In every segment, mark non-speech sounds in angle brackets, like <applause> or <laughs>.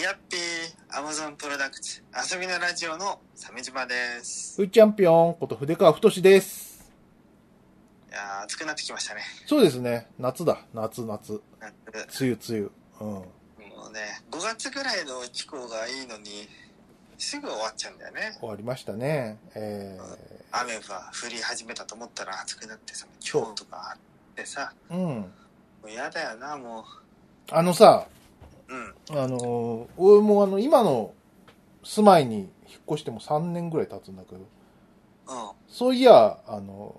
やっぴー、アマゾンプロダクツ、遊びのラジオの鮫島です。ふーチャンピオンこと筆川太志です。いやー、暑くなってきましたね。そうですね。夏だ。夏、夏。夏梅雨、梅雨。うん。もうね、5月ぐらいの気候がいいのに、すぐ終わっちゃうんだよね。終わりましたね。え雨が降り始めたと思ったら暑くなってさ、今日とかあってさ、ー、うん。もう嫌だよな、もあのさ、う。うん。あのー俺もあの、今の住まいに引っ越しても3年ぐらい経つんだけど、うん。そういや、あの、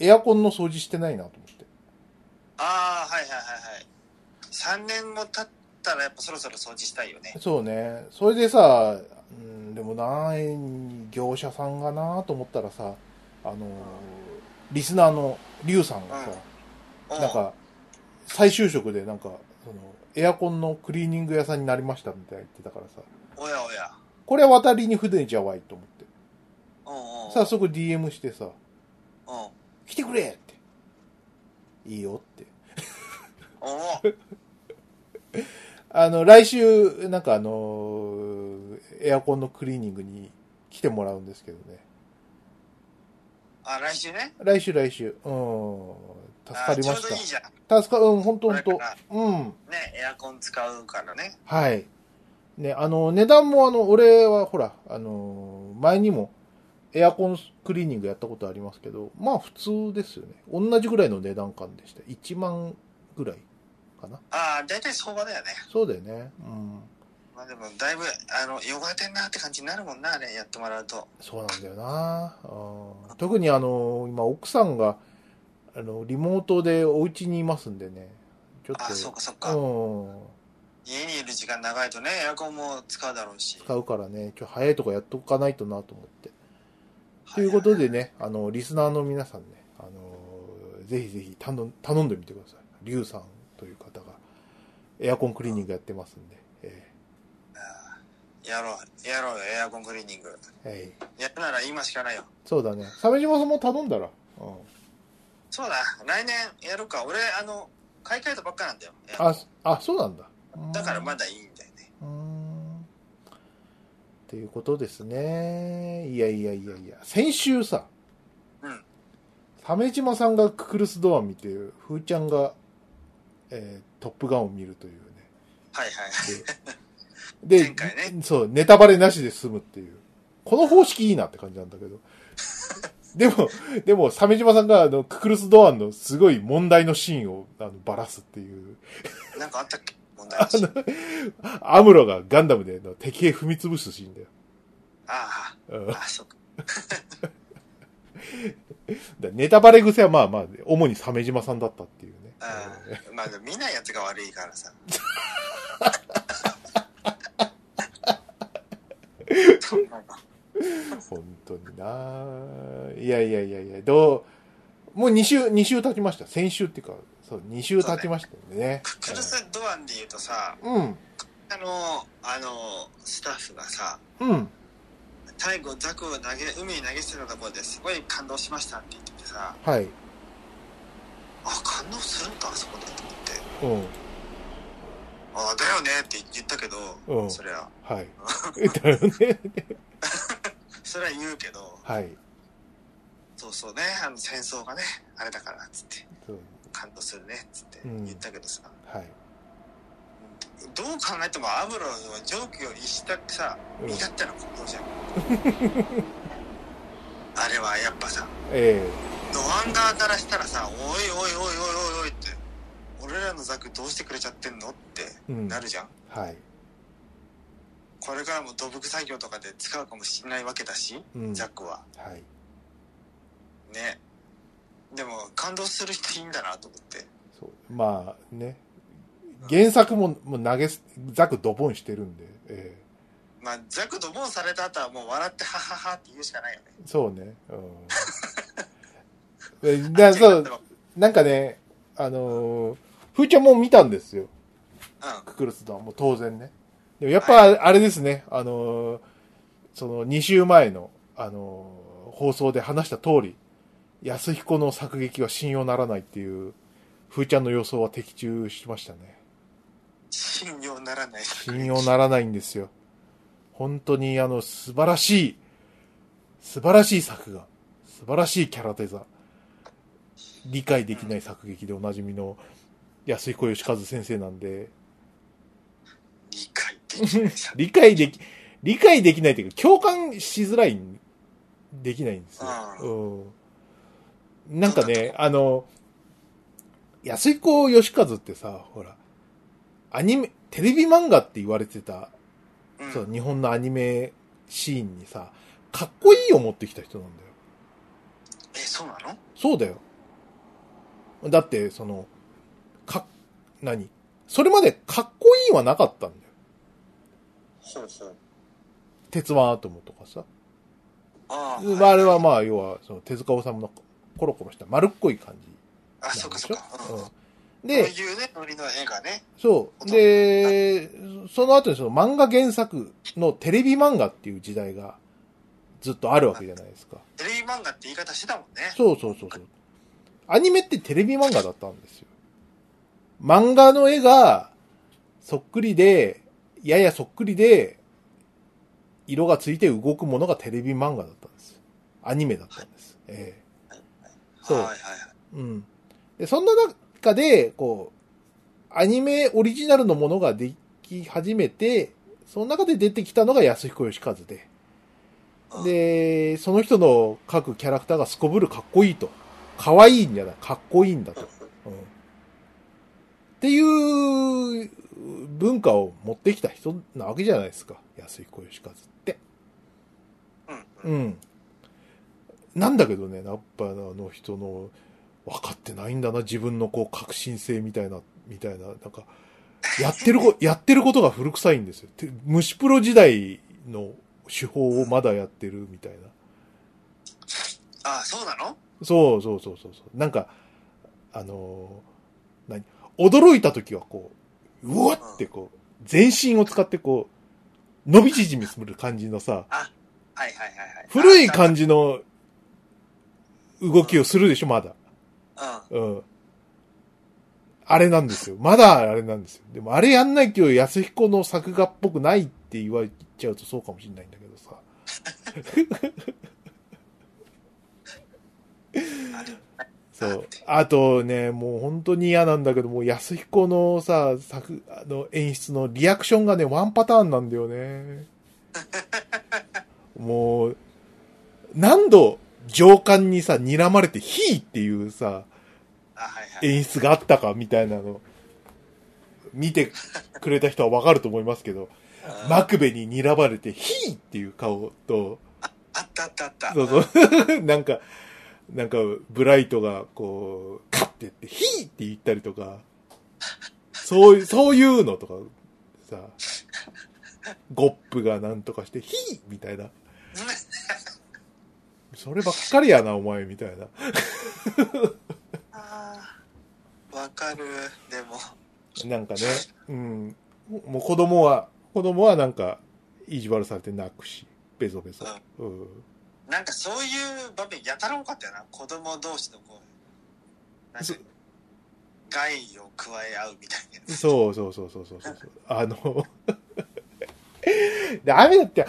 エアコンの掃除してないなと思って。あー、はいはいはいはい。3年も経ったらやっぱそろそろ掃除したいよね。そうね。それでさ、うん、でもな、業者さんがなと思ったらさ、あのーリスナーのリュウさんがさ、うんなんか、再就職でなんか、その、エアコンのクリーニング屋さんになりましたみたいな言ってたからさ、おやおや。これは渡りに船じゃわいと思って。うんうん。早速 DM してうさ、ん。お来てくれって。いいよって。おあの、来週、なんかあのーエアコンのクリーニングに来てもらうんですけどね。あ、来週ね。来週来週。うん。助かりまあちょうどいいしじゃん。た。助か、うん、ほんことほんれとか。らうん。ね、エアコン使うからね。はい。ね、あの、値段もあの、俺はほら、あのー、前にもエアコンクリーニングやったことありますけど、まあ普通ですよね。同じぐらいの値段感でした。1万ぐらいかな。ああ、大体相場だよね。そうだよね。うん。まあでも、だいぶ、あの、汚れてんなって感じになるもんな、あれ、やってもらうと。そうなんだよな。うん特にあのー、今奥さんが、あの、リモートでお家にいますんでね。ちょっと、ああ、そうか、そうか。うん。家にいる時間長いとね、エアコンも使うだろうし。使うからね、ちょ、早いとこやっとかないとなと思って。ということでね、あの、リスナーの皆さんね、あのー、ぜひぜひ頼ん頼んでみてください。リュウさんという方が、エアコンクリーニングやってますんで、えやろう、やろうよ、エアコンクリーニング。ーえーやるなら今しかないよ。そうだね。鮫島さんも頼んだら。うん。そうだ、来年やるか。俺、あの、買い替えたばっかなんだよ。エアコンあ、あ、そうなんだ。うんだからまだいいんだよね。うーん。っていうことですね。いやいやいやいや。先週さ、うん。鮫島さんがククルスドアン見て、ふーちゃんが、えートップガンを見るというね。はいはい。 <laughs> で、前回ねそう、ネタバレなしで済むっていう。この方式いいなって感じなんだ <laughs> けど。でも、でも、鮫島さんが、あの、ククルスドアンのすごい問題のシーンを、あの、ばらすっていう。なんかあったっけ問題なし。アムロがガンダムでの敵へ踏み潰すシーンだよ。あうんあ、ああ、そうか。だネタバレ癖はまあまあ、主に鮫島さんだったっていうね。うん。まあでも見ないやつが悪いからさ。 <laughs> そうなの本当にないやいやいやいや、どう、もう2週、二週経ちました。先週っていうか、そう、2週経ちましたよね。クルス・ドアンで言うとさ、うん、あの、あの、スタッフがさ、うん。最後ザクを投げ、海に投げ捨てたところですごい感動しましたって言っててさ、はい。あ、感動するんだ、あそこでと思って。うん、あだよねって言ったけど、うんそりゃ、はい。 <laughs> だよね。それは言うけど、はい。そうそうね、あの戦争がね、あれだから、つって。そう感動するねっつってうん言ったけどさ、はい。どう考えてもアムロの常軌を逸したさうん身勝手な行動じゃん <laughs> あれはやっぱさえノアンダーからしたらさ「おいおいおいおいおいおい」って俺らのザクどうしてくれちゃってんのってえうん。なるじゃんはい。これからも土木作業とかで使うかもしれないわけだし、うん。ザクははい。ねでも感動する人いいんだなと思ってそう。まあ、ね。原作も、もう投げす、ザクドボンしてるんで、ええまあザクドボンされた後はもう笑って「ハハハ」って言うしかないよねそうね。 <laughs> うん。だそう、なんかね、あのー、ふーちゃんも見たんですよ。うんククルスドアンも当然ね。でもやっぱ、あれですね、あのー、その2週前の、あのー、放送で話した通り、安彦の作劇は信用ならないっていう、ふーちゃんの予想は的中しましたね。信用ならない作品信用ならないんですよ。本当にあの、素晴らしい、素晴らしい作画、素晴らしいキャラデザ、理解できない作劇でおなじみの安彦義和先生なんで、理解できない作理解でき、理解できないというか、共感しづらいん、できないんですよ。うん。なんかね、あの、安彦義和ってさ、ほら、アニメ、テレビ漫画って言われてた、品。そうう、ん。日本のアニメシーンにさ、かっこいいを持ってきた人なんだよ。え、そうなのそうだよ。だって、その、か、何それまでかっこいいはなかったんだよ。ほうほう。鉄腕アトムとかさ。ああ。まあ、あれはまあ、要は、その、手塚治虫のコロコロした丸っこい感じあ、なそんっでかしそょっか。うん。こうん。うで、いうね、ノリの映画ね。そう。で、その後にその漫画原作のテレビ漫画っていう時代がずっとあるわけじゃないですか。テレビ漫画って言い方してたもんね。そうそうそうそう。アニメってテレビ漫画だったんですよ。漫画の絵がそっくりで、ややそっくりで、色がついて動くものがテレビ漫画だったんですよ。アニメだったんです。ええそうはいはいはい。うん。で、そんな中で、こう、アニメオリジナルのものができ始めて、その中で出てきたのが安彦義和でう。んで、その人の各キャラクターがすこぶるかっこいいと。かわいいんじゃないかっこいいんだと。うん。っていう文化を持ってきた人なわけじゃないですか。安彦義和って。うん。うん。うん。なんだけどね、やっぱあの人の、分かってないんだな、自分のこう、革新性みたいな、みたいな、なんか、やってるこ、や <laughs> ってることが古臭いんですよ。て虫プロ時代の手法をまだやってるみたいな。あ、そうなのそうそうそうそうそう。なんか、あのー何驚いた時はこう、うわってこう、全身を使ってこう、伸び縮みする感じのさ、はいはいはいはい。古い感じ。じの動きをするでしょ、まだ。うん。うん。あれなんですよ。まだあれなんですよ。でもあれやんないけど、安彦の作画っぽくないって言われちゃうとそうかもしれないんだけどさ。あれそう。あとね、もう本当に嫌なんだけど、もう安彦のさ、作、あの、演出のリアクションがね、ワンパターンなんだよね。もう、何度上官にさ、睨まれて、ヒーっていうさ、あ、はいはい。演出があったかみたいなの、見てくれた人はわかると思いますけど、うんマクベに睨まれて、ヒーっていう顔と、あったあったあった。そうそう、 <laughs> なんか、なんか、ブライトが、こう、カッてやって、ヒーって言ったりとか、そういう、そういうのとか、さ、ゴップがなんとかして、ヒーみたいな。そればっかりやな、お前、みたいな。あーわかる。でも、なんかね、うん。もう子供は、子供はなんか、意地悪されて泣くし、ベソベソ。うん。なんかそういう場面やたら多かったよな。子供同士のこう、なんそか、害を加え合うみたいなやつ。そうそうそうそうそうそう。あの、 <laughs> ダメだって、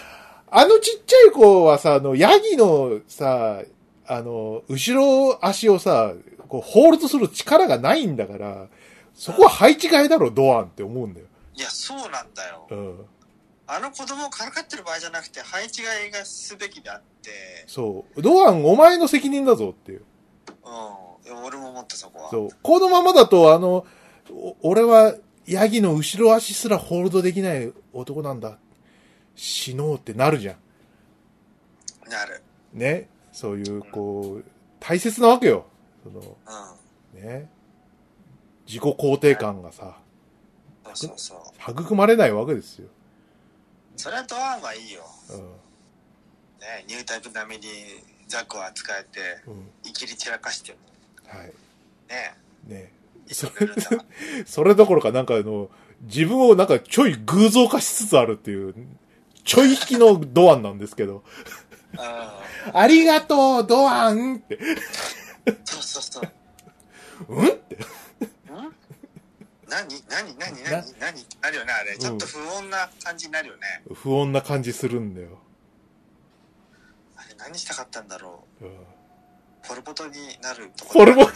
あのちっちゃい子はさ、あの、ヤギのさ、あの、後ろ足をさ、こう、ホールドする力がないんだから、そこは配置替えだろ、ドアンって思うんだよ。いや、そうなんだよう。ん。あの子供をからかってる場合じゃなくて、配置が映画すべきであって、そう。ドアン、お前の責任だぞっていう。うんいや。俺も思ったそこは。そう。このままだと、あの、お俺は、ヤギの後ろ足すらホールドできない男なんだ。死のうってなるじゃん。なる。ね、そういう、こう、大切なわけよ。その、うん。ね、自己肯定感がさ、そうそうそう。育まれないわけですよ。それはドアンはいいよ。うね、ニュータイプ並みにザクを扱えて、ん。うん。いきり散らかしてる。はい。ね。ね。そそれそれどころかなんかあの、自分をなんかちょい偶像化しつつあるっていう、ちょい引きのドアンなんですけど、うありがとう、ドアンっ <laughs> て、ん。そうそうそう。うんって、うん何何何何何ってなるよねあれちょっと不穏な感じになるよね、不穏な感じするんだよ。あれ何したかったんだろうん、うポルポトになるとポルポト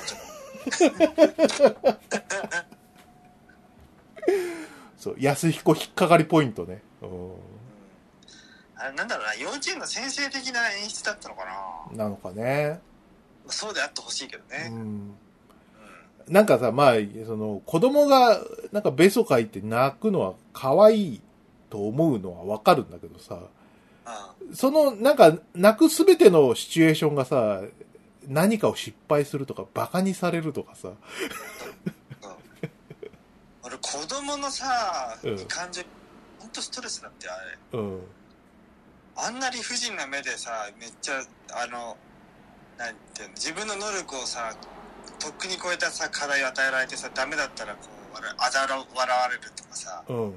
そう、安彦引っかかりポイントね。う、あれなんだろうな幼稚園の先生的な演出だったのかなんなのかね。そうであってほしいけどうね、ん。うんなんかさ、まあ、その、子供が、なんかベソ書いて泣くのは可愛いと思うのはわかるんだけどさ、あその、なんか、泣くすべてのシチュエーションがさ、何かを失敗するとか、馬鹿にされるとかさ、俺子供のさ、うん感情ほんとストレスだってあれうん、あんな理不尽な目でさめっちゃあのなんていうの自分の能力をさとっくに超えたさ課題を与えられてさダメだったらこう笑あざら笑われるとかさうん。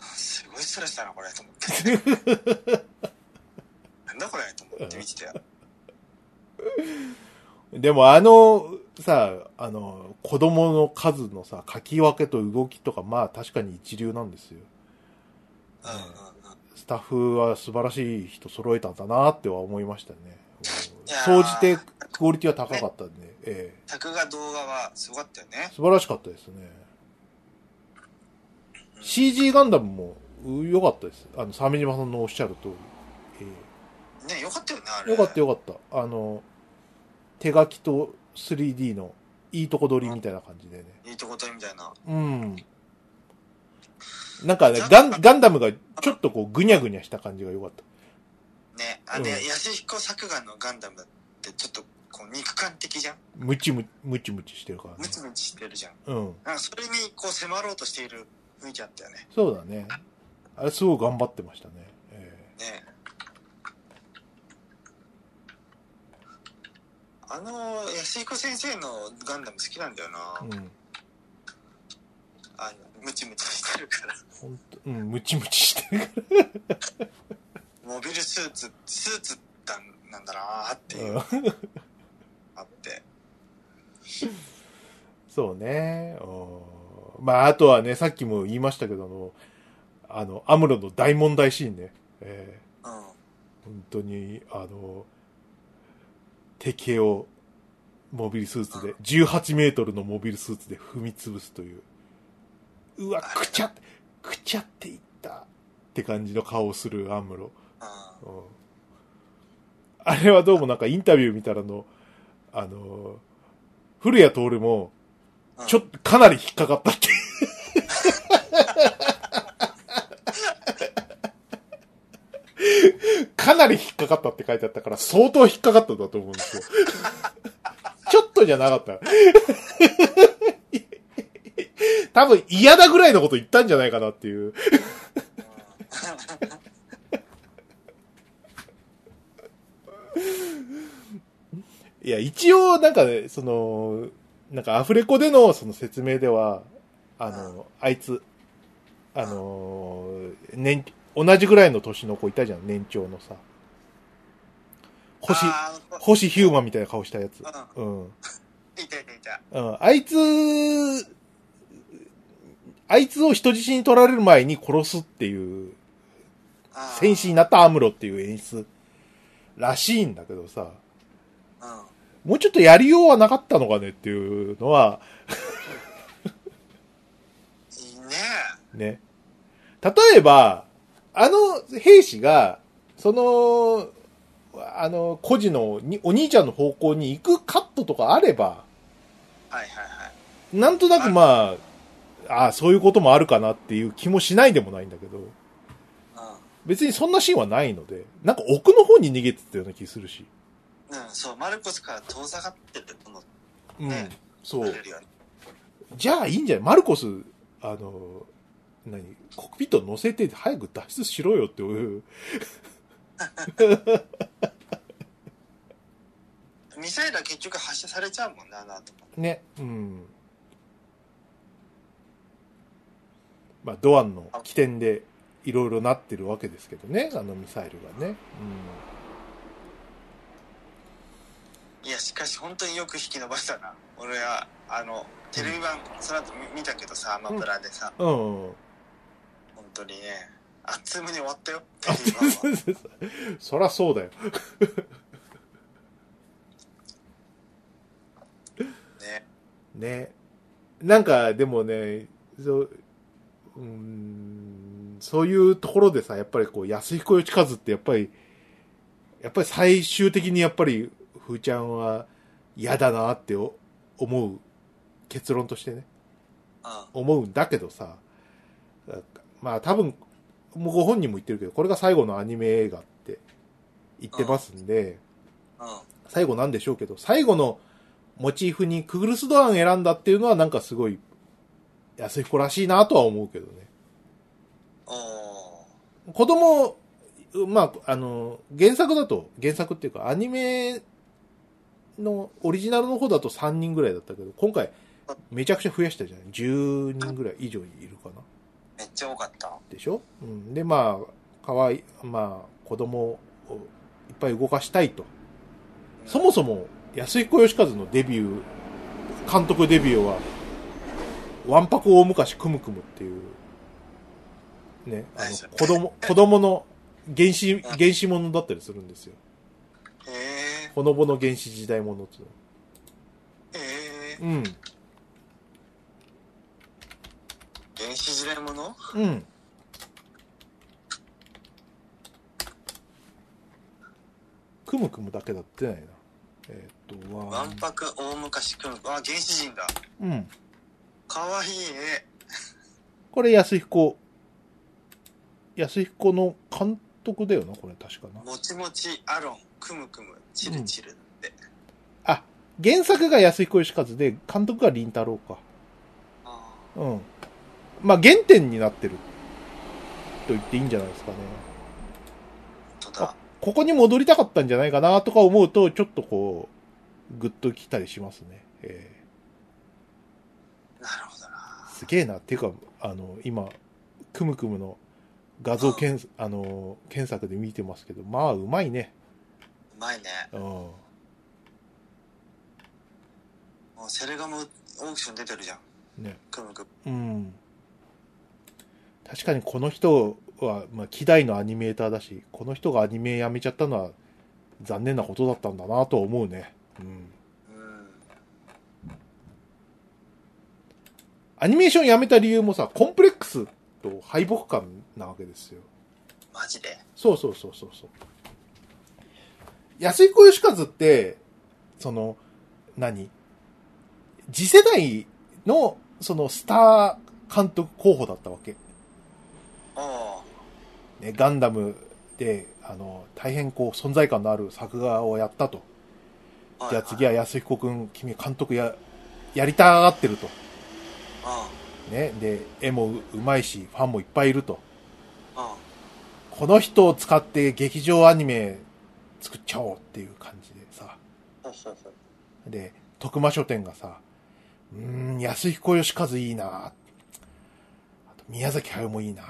すごいストレスだなこれと思って <laughs> なんだこれと思って見てたよでもあの、さ、あの、子供の数のさ、書き分けと動きとか、まあ確かに一流なんですよ。うんうんうんスタッフは素晴らしい人揃えたんだなっては思いましたね。いや総ーじてクオリティは高かったんで、え作画動画はすごかったよえね素晴らしかったですね。CG ガンダムもう良かったです。あの、鮫島さんのおっしゃる通り。えねよかったよねあえれよかったよかった。あの、手書きと 3D のいいとこ取りみたいな感じでね。いいとこ取りみたいなうん。なんかね、ガンガンダムがちょっとこうぐにゃぐにゃした感じが良かった。ねあうんで、安彦作画のガンダムだってちょっとこう肉感的じゃんムチムムチムチしてるからムね。チムチしてるじゃんうん。なんかそれにこう迫ろうとしている雰囲気あったよねそうだね。あれすごい頑張ってましたね。えねあの安彦先生のガンダム好きなんだよな、えうん。あのムチムチしてるからほんと、うん、ムチムチしてるかモビルスーツスーツだなんだなーってらいう、うん。あってそうね。うんまあ、あとはね、さっきも言いましたけど、あの、あの、アムロの大問題シーンね。ええうん本当に、あの、敵をモビルスーツで、18メートルのモビルスーツで踏み潰すという。うわ、くちゃって、くちゃっていったって感じの顔をするアムロ。あーうんあれはどうもなんかインタビュー見たらの、あのー古谷徹も、うんちょっとかなり引っかかったって。かなり引っかかったって書いてあったから、相当引っかかったんだと思うんですよ。ちょっとじゃなかった。多分嫌だぐらいのこと言ったんじゃないかなっていう。いや、一応、なんかね、その、なんかアフレコでのその説明では、あの、あいつ、あの、年、同じぐらいの年の子いたじゃん、年長のさ。星、あー星ヒューマンみたいな顔したやつ。ううん。うんんいたいたいたん。あいつ、あいつを人質に取られる前に殺すっていう、あー戦士になったアムロっていう演出らしいんだけどさ。うんもうちょっとやりようはなかったのかねっていうのは、いいねね。例えば、あの兵士が、その、あの、孤児のにお兄ちゃんの方向に行くカットとかあれば、はいはいはいなんとなくまあ、ああ、そういうこともあるかなっていう気もしないでもないんだけど、別にそんなシーンはないので、なんか奥の方に逃げてたような気するし。うん、うん、そうマルコスから遠ざかってると思っうんね。そうて。るよねじゃあいいんじゃないマルコス、あの、何コックピット乗せて早く脱出しろよっていう。ミサイルは結局発射されちゃうもんなあの後もね。うん。まあ、ドアンの起点でいろいろなってるわけですけどね、あのミサイルがね。いやしかし本当によく引き伸ばしたな俺はあのテレビ版、その後見見たけどさアマプラでさ、うん <laughs> うん。本当にねあっという間に終わったよテレビ版はそらそうだよ。ねね。なんか、でもね、そう、うーん、そういうところでさ、やっぱりこう、安彦義和ってやっぱり、やっぱり最終的にやっぱり、ふーちゃんは嫌だなってお思う結論としてね。う思うんだけどさ、まあ多分、もうご本人も言ってるけど、これが最後のアニメ映画って言ってますんで、んうん最後なんでしょうけど、最後のモチーフにクグルスドアン選んだっていうのはなんかすごい安彦らしいなとは思うけどね。おお子供、まあ、あの、原作だと、原作っていうかアニメのオリジナルの方だと3人ぐらいだったけど、今回めちゃくちゃ増やしたじゃない ?10 人ぐらい以上いるかな。めっちゃ多かったでしょ、うん、で、まあ、かわい、まあ、子供をいっぱい動かしたいと。そもそも、安彦義和のデビュー、監督デビューは、わんぱく大昔くむくむっていう、ね、あはいその、子供、子供の原始、原始ものだったりするんですよ。へえほのぼの原始時代ものっていうのええうん。原始時代ものうん。くむくむだけだってないな。えーっと、わワんン、ぱく大昔くんあ原始人だうん。かわいい絵これ安彦。安彦の監督だよな、これ確かな。もちもちアロンくむくむチルチルって、あ、原作が安彦義和で、監督が林太郎か。あーうん。まあ、原点になってる。と言っていいんじゃないですかね。本当だここに戻りたかったんじゃないかな、とか思うと、ちょっとこう、グッときたりしますね。えーなるほどなすげえな。っていうか、あの、今、くむくむの画像検、あの、検索で見てますけど、まあ、うまいね。うまいねうん。もうセレガもオークション出てるじゃんね。くむくむうん。確かにこの人は、まあ、希代のアニメーターだし、この人がアニメやめちゃったのは残念なことだったんだなとは思うね。うん。うんアニメーションやめた理由もさ、コンプレックスと敗北感なわけですよ。マジでそうそうそうそうそう。安彦義和って、その、何次世代の、その、スター監督候補だったわけ。おおね、ガンダムで、あの、大変こう、存在感のある作画をやったと。じゃあ次はは安彦くん、君監督や、やりたがってると。ね、で、絵もうまいし、ファンもいっぱいいると。うんうんこの人を使って劇場アニメ作っちゃおうっていう感じでさ。ほうほうほうで、徳間書店がさ、うーん、安彦義和いいなあと宮崎駿もいいな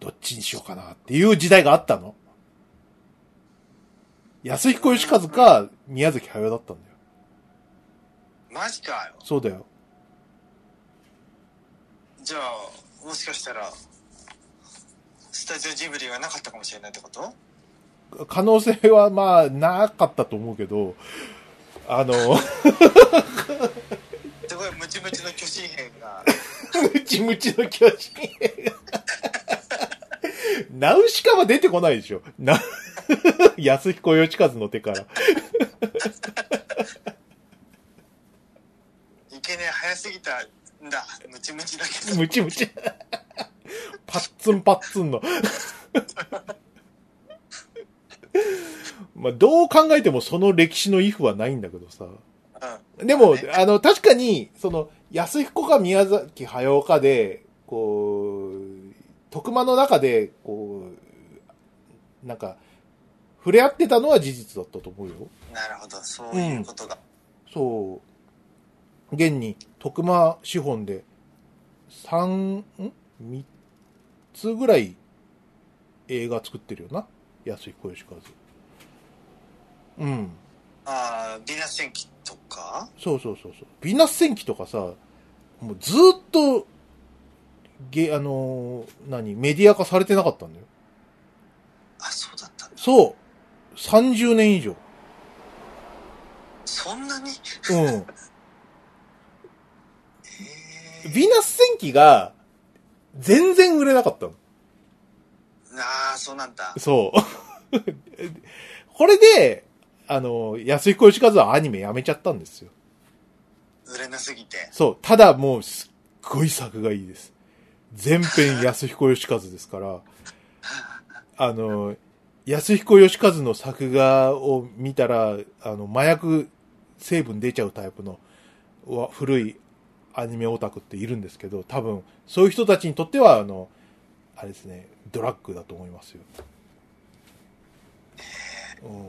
どっちにしようかなっていう時代があったの。安彦義和か宮崎駿だったんだよ。マジかよそうだよ。じゃあもしかしたらスタジオジブリはなかったかもしれないってこと可能性はまあ、なかったと思うけど、あの、 <laughs> すごいムチムチの巨神兵がムチムチの巨人ナウシカは出てこないでしょ。な、 <laughs> 安彦義和の手から。いけねえ早すぎたんだムチムチだけど <laughs> ムチムチ。パッツンパッツンの。まあ、どう考えてもその歴史のイフはないんだけどさ。うでも、あの、確かに、その、安彦か宮崎駿かで、こう、特間の中で、こう、なんか、触れ合ってたのは事実だったと思うよ。んなるほどそういうことが、そう。現に、徳間資本で、三、ん三つぐらい映画作ってるよな。安彦義和。うん。ああ、ヴィーナス戦記とかそうそうそうそう。ヴィーナス戦記とかさ、もうずーっと、ゲ、あのー何、メディア化されてなかったんだよ。あ、そうだったんだそう。30年以上。そんなにうん。えヴィーナス戦記が、全然売れなかったの。ー、ああ、そうなんだ。そう。 <laughs> これで、あの、安彦義和はアニメやめちゃったんですよ。売れなすぎて。そう。ただもう、すっごい作がいいです。全編安彦義和ですから、あの、安彦義和の作画を見たら、あの、麻薬成分出ちゃうタイプのわ古いアニメオタクっているんですけど、多分、そういう人たちにとっては、あの、あれですね、ドラッグだと思いますよ。うん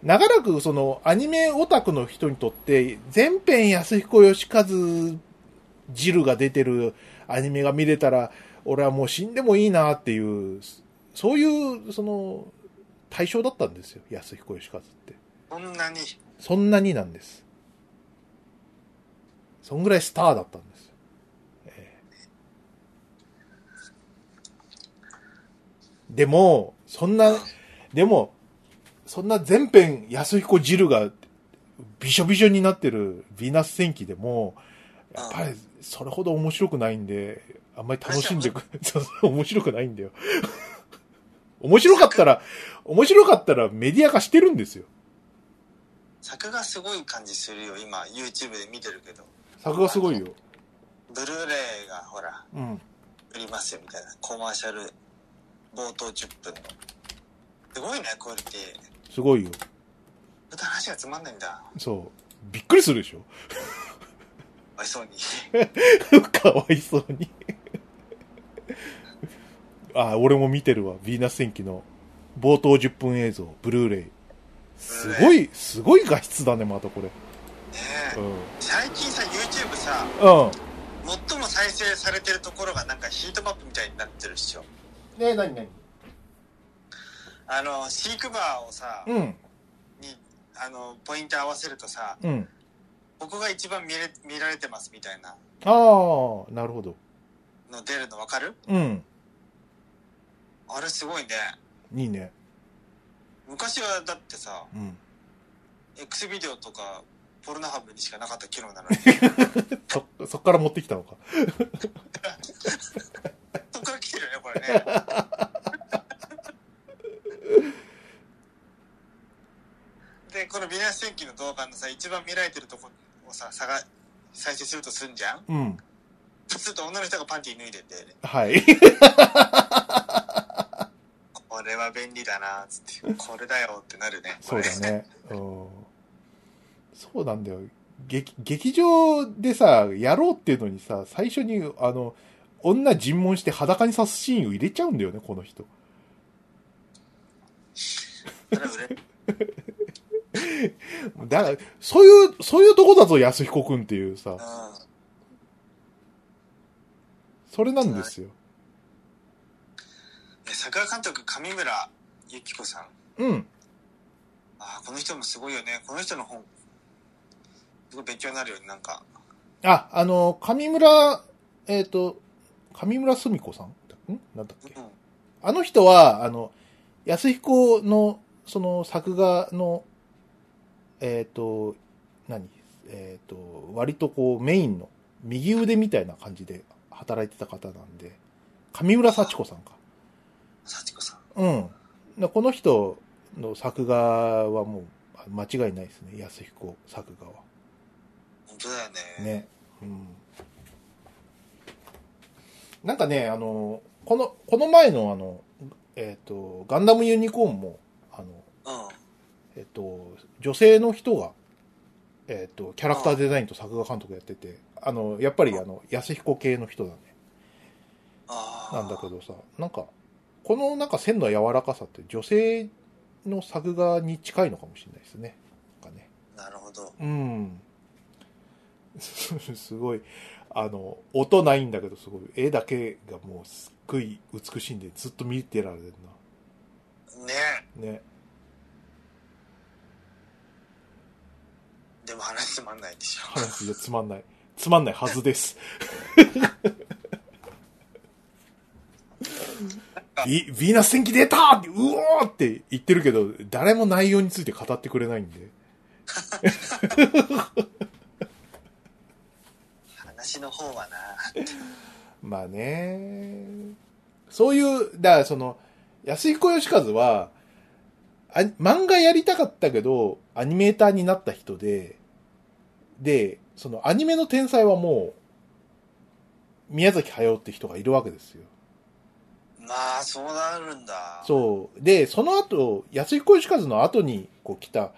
長らくそのアニメオタクの人にとって全編安彦義和汁が出てるアニメが見れたら俺はもう死んでもいいなっていうそういうその対象だったんですよ安彦義和ってそんなに。そんなになんですそんぐらいスターだったんですええでもそんなでも、そんな全編安彦汁がびしょびしょになってるヴィーナス戦記でも、やっぱりそれほど面白くないんで、あんまり楽しんでく、 <laughs> そうそう面白くないんだよ。面白かったら、面白かったらメディア化してるんですよ。作画すごい感じするよ、今、YouTube で見てるけど。作画すごいよ。ブルーレイがほら、うん。売りますよみたいな。コマーシャル、冒頭10分の。すごいね、クオリティ。すごいよ。普段話がつまんないんだ。そう。びっくりするでしょおいそうに。 <laughs> かわいそうに。 <laughs> あ、俺も見てるわ。ヴィーナス戦記の冒頭10分映像、ブルーレイ。すごい、すごい画質だね、またこれ。ねうえ。ん。最近さ、YouTube さ、うん。最も再生されてるところがなんかヒートマップみたいになってるっしょ。ねなになにあの、シークバーをさ、うん。に、あの、ポイント合わせるとさ、うん。ここが一番見れ見られてますみたいなああ、なるほど。の出るのわかるうん。あれすごいね。いいね。昔はだってさ、うん。 X ビデオとか、ポルノハブにしかなかった機能 <laughs> なのに、そ、そっから持ってきたのか。そこから来てるよね、これ <laughs> ね。で、このビナス戦記の動画のさ、一番見られてるとこをさ、探、再生するとすんじゃん <laughs> うん。そうすると女の人がパンティ脱いでて、はい。これは便利だな、つ <laughs> って、これだよってなるね。こそうれだ。ね。うん。そうなんだよ。劇、劇場でさ、やろうっていうのにさ、最初に、あの、女尋問して裸に刺すシーンを入れちゃうんだよね、この人。それは売れだから、そういう、そういうとこだぞ、安彦くんっていうさ。うん。それなんですよ。え作画監督上村由紀子さんうん。あーこの人もすごいよねこの人の本すごい勉強になるよねなんかあ、あの、上村、えっ、と、上村すみ子さんんなんだっうんけあの人は、あの、安彦の、その作画の、えっ、と、何えっ、と、割とこうメインの右腕みたいな感じで働いてた方なんで、上村幸子さんか。幸子さんうん。でこの人の作画はもう間違いないですね、安彦作画は。本当だよねね、うん、なんかねあのこのこの前のあのえっ、とガンダムユニコーンもあのうんえっ、と女性の人がえっ、とキャラクターデザインと作画監督やっててあのやっぱりあの安彦系の人だねああなんだけどさなんかこのなんか線の柔らかさって女性の作画に近いのかもしれないですねなんかねなるほどうん。すごい、あの、音ないんだけど、すごい、絵だけがもうすっごい美しいんで、ずっと見てられるねな。ね。でも話つまんないでしょ。話じゃつまんない。つまんないはずです。ビヴィーナス天気出たって、うおーって言ってるけど、誰も内容について語ってくれないんで。話の方はな。まあね。そういう、だからその、安彦義和は、あ漫画やりたかったけど、アニメーターになった人で、で、そのアニメの天才はもう、宮崎駿って人がいるわけですよ。まあ、そうなるんだ。そう。で、その後、安彦義和の後にこう来た、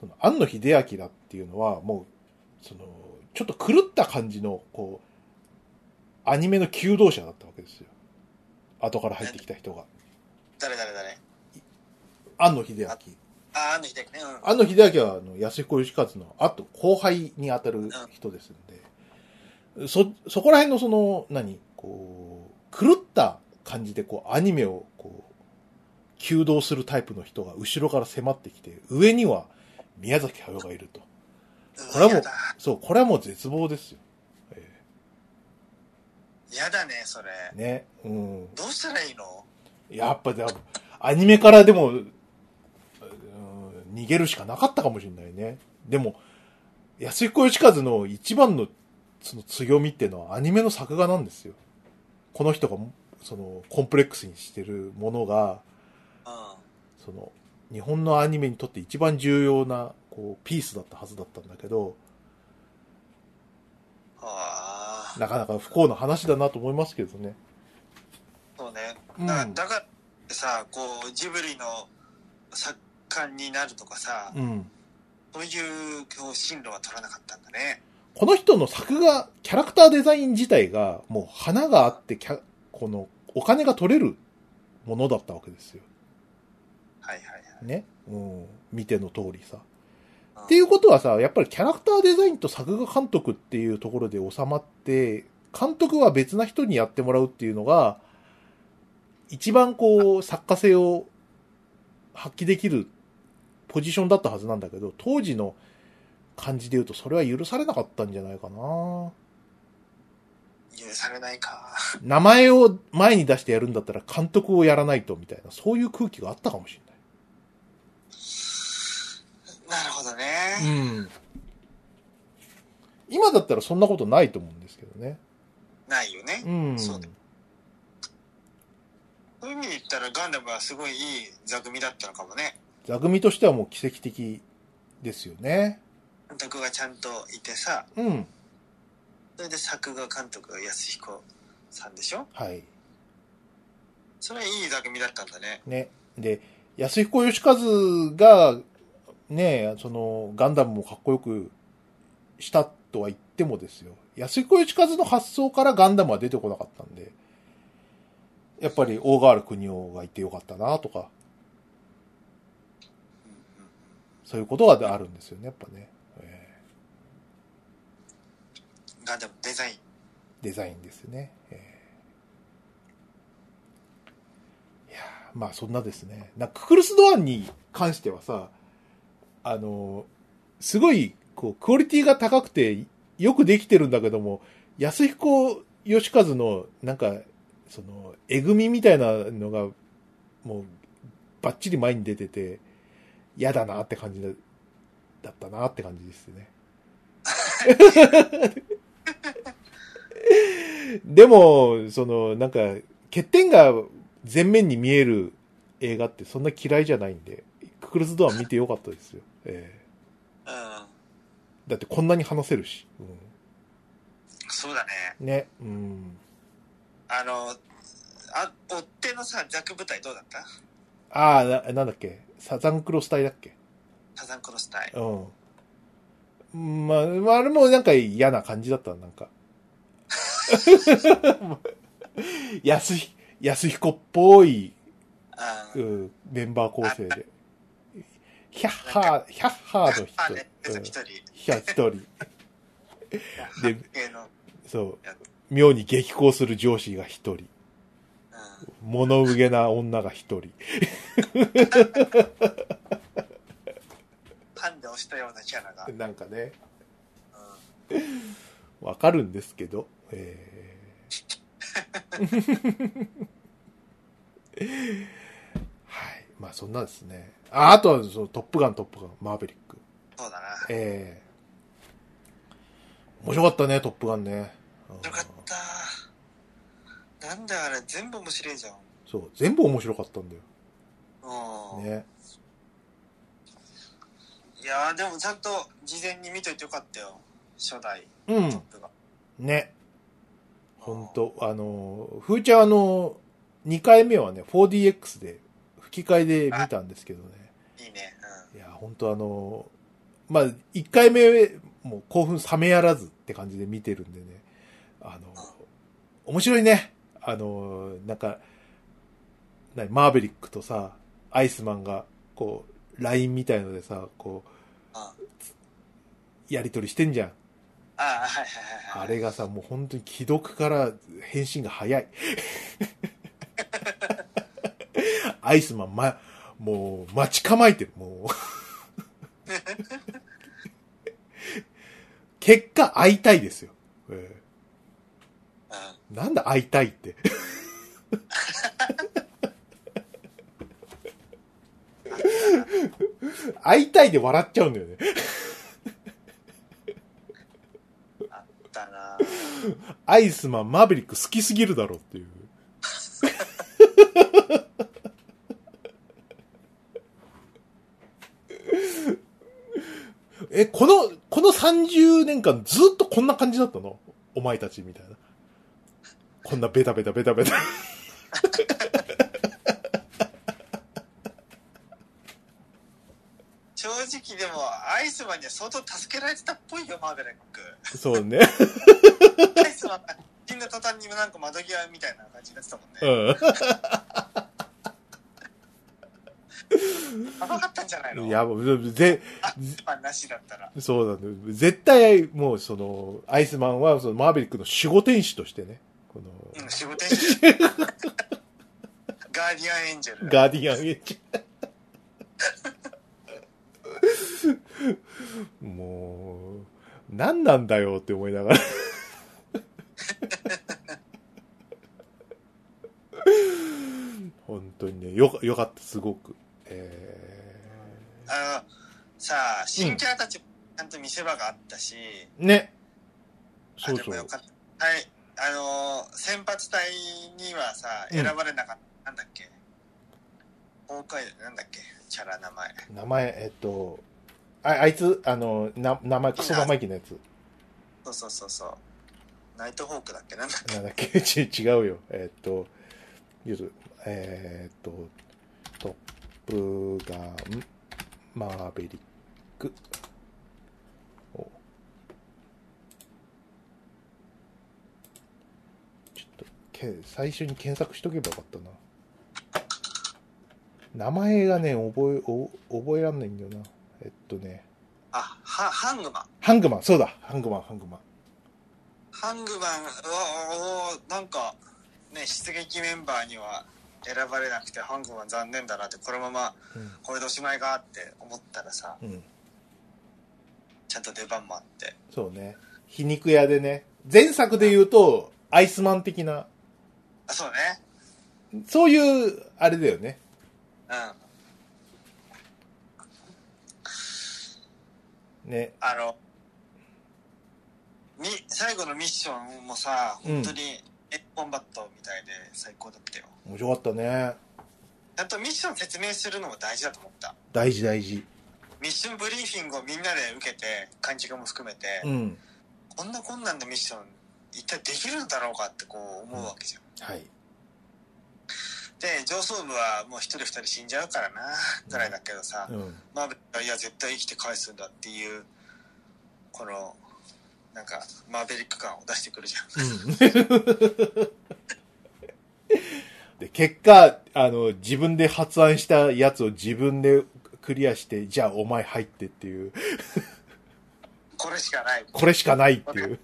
その、庵野秀明だっていうのは、もう、その、ちょっと狂った感じの、こう、アニメの求道者だったわけですよ。後から入ってきた人が。誰誰誰庵野秀明。あ、あの秀樹ね。うん。庵野秀明は、あの、安彦義和の後、後輩に当たる人ですんで、そ、そこら辺のその、何、こう、狂った感じで、こう、アニメを、こう、求道するタイプの人が後ろから迫ってきて、上には宮崎駿がいると。これはもうやだ。そう、これはもう絶望ですよ。えやだね、それ。ーね。うん。どうしたらいいのやっぱ、でもアニメからでも、うん逃げるしかなかったかもしれないね。でも、安彦義和の一番のその強みっていうのはアニメの作画なんですよ。この人が、その、コンプレックスにしてるものが、うん。その、日本のアニメにとって一番重要な、こう、ピースだったはずだったんだけど、ああ。なかなか不幸な話だなと思いますけどね。そうね。うんだだからさ、こう、ジブリの作家になるとかさ、うん。そういうこう進路は取らなかったんだね。この人の作画、キャラクターデザイン自体が、もう花があってキャ、この、お金が取れるものだったわけですよ。はいはいはい。ね。うん。見ての通りうさ。んっていうことはさ、やっぱりキャラクターデザインと作画監督っていうところで収まって、監督は別な人にやってもらうっていうのが、一番こう、作家性を発揮できるポジションだったはずなんだけど、当時の感じで言うと、それは許されなかったんじゃないかな許されない <laughs> か。名前を前に出してやるんだったら監督をやらないとみたいな、そういう空気があったかもしなるほどれね。ない。うん。今だったらそんなことないと思うんですけどね。ないよね。うん。そうだそういう意味で言ったらガンダムはすごいいい座組だったのかもね。座組としてはもう奇跡的ですよね。監督がちゃんといてさ、うん。それで作画監督が安彦さんでしょはい。それはいい座組だったんだね。ね。で、安彦義和が、ね、その、ガンダムもかっこよくしたとは言ってもですよ。安彦義和の発想からガンダムは出てこなかったんで、やっぱり大河原国夫がいてよかったなとか、そういうことがあるんですよね、やっぱね。えガンダムデザイン。ーデザインですよね。えーいやーまあそんなですね。なんかククルス・ドアンに関してはさ、あのーすごい、こう、クオリティが高くて、よくできてるんだけども、安彦義和の、なんか、その、えぐみみたいなのが、もう、ばっちり前に出てて、嫌だなって感じだだったなって感じですね。でも、その、なんか、欠点が全面に見える映画ってそんな嫌いじゃないんで、ククルスドアン見てよかったですよ。えうん。えだってこんなに話せるし。そうだね。うん、ね。うん。あの、あ、追っ手のさ、ザク舞台どうだったああ、ななんだっけ。サザンクロス隊だっけ。サザンクロス隊。うん。まあ、まあ、あれもなんか嫌な感じだった、なんか。安ひ、安彦っぽい、あうーん、メンバー構成で。ヒャッハー、ヒャッハーのあ、人。ね、うん一人。ヒャッ一人。で、芸能。そう。妙に激高する上司が一人。うん。物憂げな女が一人。パンで同をしたようなキャラが、うん、なんかね、わかるんですけど、えーはい。まあそんなですね。あ、あとはそのトップガン、トップガン、マーベリック。そうだな。えー面白かったね、トップガンね。うんよかった。なんだあれ、全部面白いじゃん。そう、全部面白かったんだよ。うん。ね。いやーでもちゃんと事前に見といてよかったよ。初代トうッん、プが。ね。ほんと、あのー、ふーちゃんあのー、2回目はね、4DX で、吹き替えで見たんですけどね。いいね。いや、ほんとあのー、まあ、1回目、もう興奮冷めやらずって感じで見てるんでね。あのー、面白いね。あのー、なんか、なにマーベリックとさ、アイスマンが、こう、LINE みたいのでさ、こうん。うん。あう、やりとりしてんじゃん。あ、はいはいはい。あれがさ、もう本当に既読から返信が早い。 <laughs> アイスマン、ま、もう、待ち構えてる、もう。 <laughs> 結果、会いたいですよ。えうん。ーなんだ、会いたいって。 <laughs> 会いたいで笑っちゃうんだよね。だなアイスマン、マーベリック好きすぎるだろうっていう。 <laughs> え、この、この30年間ずっとこんな感じだったのお前たちみたいな。こんなベタベタベタベ <laughs> タ。正直でも、アイスマンには相当助けられてたっぽいよ、マーベリック。そうね。アイスマンが死んだ途端になんか窓際みたいな感じになってたもんうね。甘かったんじゃないのん。いや、もう、ぜ、アイスマンなしだったら。そうなんだよ。絶対、もう、その、アイスマンは、その、マーベリックの守護天使としてね、こうのん、、 <laughs> 仕事してガーディアンエンジェルだ。ガーディアンエッジ。もう、何なんだよって思いながら。本当にね、よか、よかった、すごく。えあの、さあ、新キャラたちもちゃんと見せ場があったし、ー、ね。あそうでそもよう。かった。はい。あのー、先発隊にはさ、うん選ばれなかった、なんだっけ崩壊、なんだっけキャラ名前。名前、えっと、ああいつ、あの、な名前、クソ生意気なやつ。そうそうそうそう。ナイトホークだっけなんだっなんだっけち違うよ。えーっと、ゆず、えーっと、トップガン、マーベリック。おちょっとけ、最初に検索しとけばよかったな。名前がね、覚え、お覚えらんないんだよな。えっとね、あ、は、ハングマン。ハングマン、そうだ、ハングマン、ハングマン。ハングマンは、おーなんか、ね、出撃メンバーには選ばれなくて、ハングマン残念だなって、このままこれでおしまいかって思ったらさ、うん。うんちゃんと出番もあって。そうね。皮肉屋でね。前作で言うと、アイスマン的な、あ、そうね。そういう、あれだよね。うん。ね。あの、み、最後のミッションもさ、うん本当に、エッコンバットみたいで最高だったよ。面白かったね。ちゃんとミッション説明するのも大事だと思った。大事大事。ミッションブリーフィングをみんなで受けて、感じも含めて、うん。こんな困難なミッション、一体できるんだろうかってこう思うわけじゃん。はい。で、上層部はもう一人二人死んじゃうからな、ぐらいだけどさ、うん。マーベリックはいや絶対生きて返すんだっていうこのなんかマーベリック感を出してくるじゃん <laughs> で、結果、あの、自分で発案したやつを自分でクリアして、じゃあお前入ってっていう、これしかないこれしかないっていう。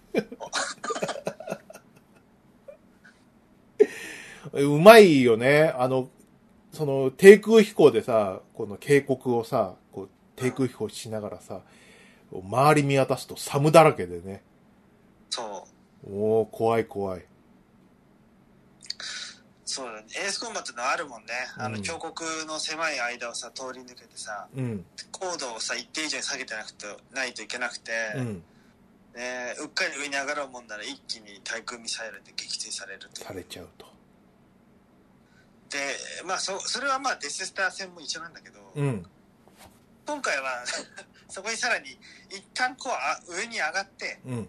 うまいよね。あの、その、低空飛行でさ、この警告をさ、こう、低空飛行しながらさ、周り見渡すと寒だらけでね、そう。おお怖い怖い。そうだね。エースコンバットのあるもんね。あうの、ん峡谷の狭い間をさ、通り抜けてさ、うん、高度をさ、一定以上に下げてなくて、ないといけなくて、うん、ね、うっかり上に上がろうもんなら一気に対空ミサイルで撃墜されるというされちゃうと。で、まあそ、それはまあデススター戦も一緒なんだけど、うん、今回は <laughs> そこにさらに一旦こうあ上に上がって、うん、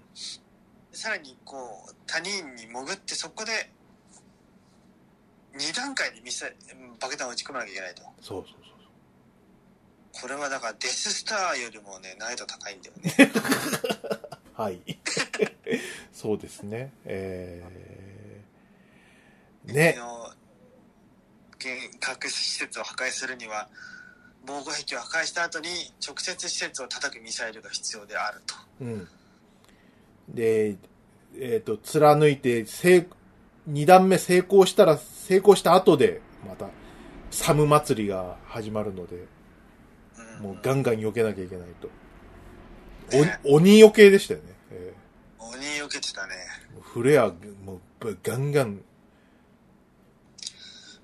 さらにこう他人に潜ってそこで2段階でミサイうん爆弾を打ち込まなきゃいけないと。そうそうそう。これはだからデススターよりもね、難易度高いんだよね。はい。 <laughs> そうですね。えー、敵ね、の核施設を破壊するには、防護壁を破壊した後に直接施設を叩くミサイルが必要であると。うん。で、えっ、と、貫いて、成、二段目成功したら、成功した後で、また、サム祭りが始まるので、うんもうガンガン避けなきゃいけないねと。お鬼避けでしたよね。え鬼避けてたね。ーもうフレア、もう、ガンガン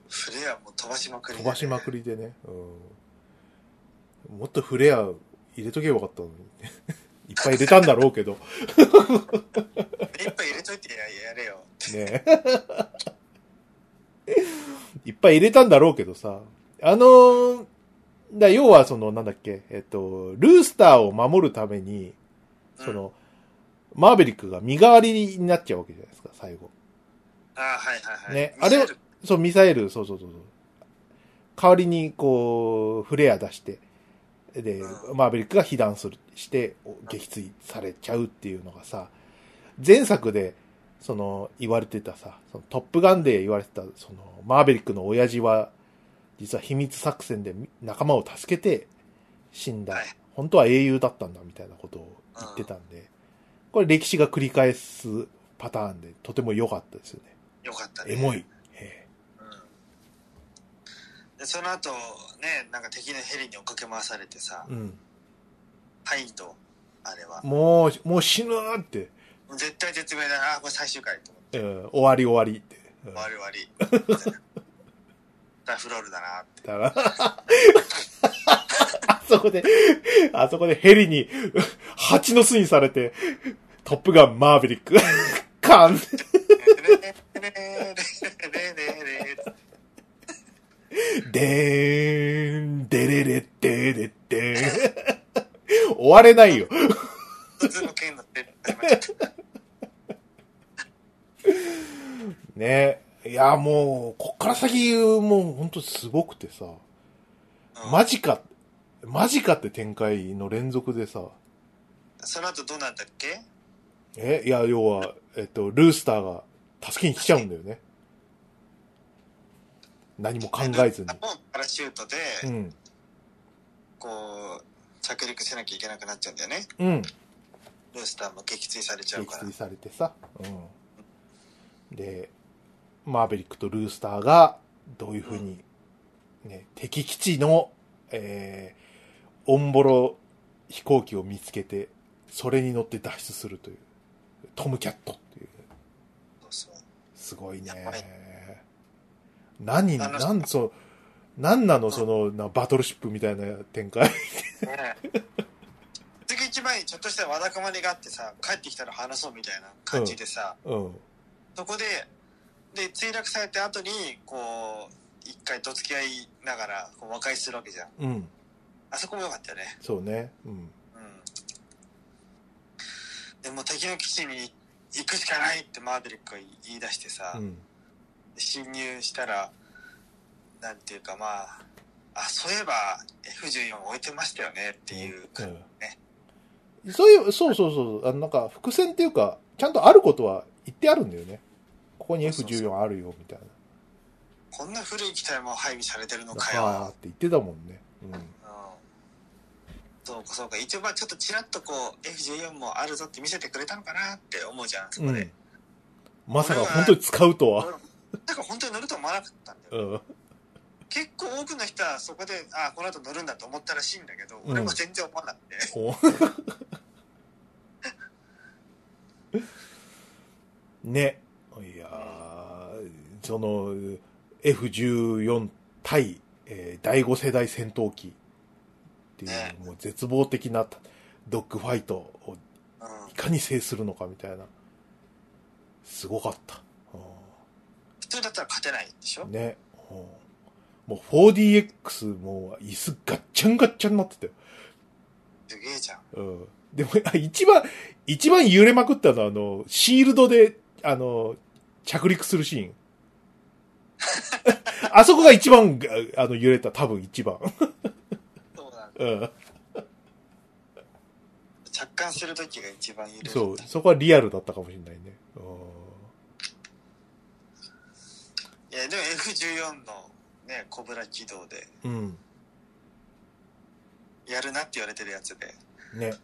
フレアも飛ばしまくり、飛ばしまくりでね。うん、もっとフレア入れとけばよかったのに。 <laughs> いっぱい入れたんだろうけど。り。いっぱい入れといてややれよ。ね <laughs> いっぱい入れたんだろうけどさ。あのーだ要はその、なんだっけ、えっと、ルースターを守るために、うんその、マーベリックが身代わりになっちゃうわけじゃないですか、最後。ああ、はいはいはい。ねミサイルあれそう、ミサイル、そうそうそうそう。代わりに、こう、フレア出して、で、うマーベリックが被弾する、して、お撃墜されちゃうっていうのがさ、前作で、その、言われてたさ、そのトップガンで言われてた、その、マーベリックの親父は、実は秘密作戦で仲間を助けて死んだはい。本当は英雄だったんだ、みたいなことを言ってたんで、これ歴史が繰り返すパターンで、とても良かったですよね。よかったね。エモい。えでその後ねなんか敵のヘリに追っかけ回されてさえうん。ハイドあれはもう、もう死ぬーって、絶対絶命だなあこれ最終回と思ってうん、終わり終わりって。うん終わり終わりラフロールだなってだから、 <laughs> あそこで、あそこでヘリに、蜂の巣にされて、トップガンマーヴェリック、カンねねねねねねねでーん、でれれ、でれでーん。終われないよ。普通の剣だって始まっちゃっねいや、もう、こっから先、もうほんとすごくてさ、た、うんマジか、マジかって展開の連続でさ、その後どうなんだっけえ、いや、要は、えっと、ルースターが助けに来ちゃうんだよね。何も考えずにあ。のパラシュートで、うん。こう着陸しなきゃいけなくなっちゃうんだよねうん。ルースターも撃墜されちゃう撃から墜されてさ。うん。で、マーベリックとルースターが、どういうふうに、ね、敵基地の、えー、オンボロ飛行機を見つけて、それに乗って脱出するという、トムキャットっていう。そうそうすごいねやばい。何、あのなん、そう、なんなの、その、なバトルシップみたいな展開。 <laughs> ねえ次一番にちょっとしたわだかまりがあってさ帰ってきたら話そうみたいな感じでさ、うん。そこでで墜落されて後にこう一回どつき合いながらこう和解するわけじゃんうん。あそこも良かったよねそうね。うん。うんでもう敵の基地に行くしかないってマーベリックが言い出してさ、うん。侵入したらなんていうかまああそういえば F14 置いてましたよねっていう感じ、うんそういう、そうそうそう。あのなんか、伏線っていうか、ちゃんとあることは言ってあるんだよね。ここにそうそうそ F14 あるよ、みたいこんな古い機体も配備されてるのな。かあーよっ。て言ってたもんね。うん。うんそうかそうか。一応まあちょっとちらっとこう F14 もあるぞって見せてくれたのかなって思うじゃん、そこうで。ん。まさか本当に使うとは。なんか本当に乗ると思わなかったんだよ。うん。結構多くの人はそこで、あこの後乗るんだと思ったらしいんだけど、うん俺も全然思わなくて。お <laughs> ねいやーその F14 対、えー第5世代戦闘機っていう、ねもう絶望的なドッグファイトをうん。いかに制するのかみたいなすごかった、普通だったら勝てないでしょ、うんね、うんもう 4DX もう椅子ガッチャンガッチャンになってたよすげえじゃん。うんでも、あ一番、一番揺れまくったのは、あの、シールドで、あの、着陸するシーン。あそこが一番、ああの、揺れた、多分一番。そうなんだ。うん。着艦するときが一番揺れるんだ。そう、そこはリアルだったかもしれないね。うんいや、でも F14 のね、コブラ軌道で、うん。やるなって言われてるやつで、ね。うん。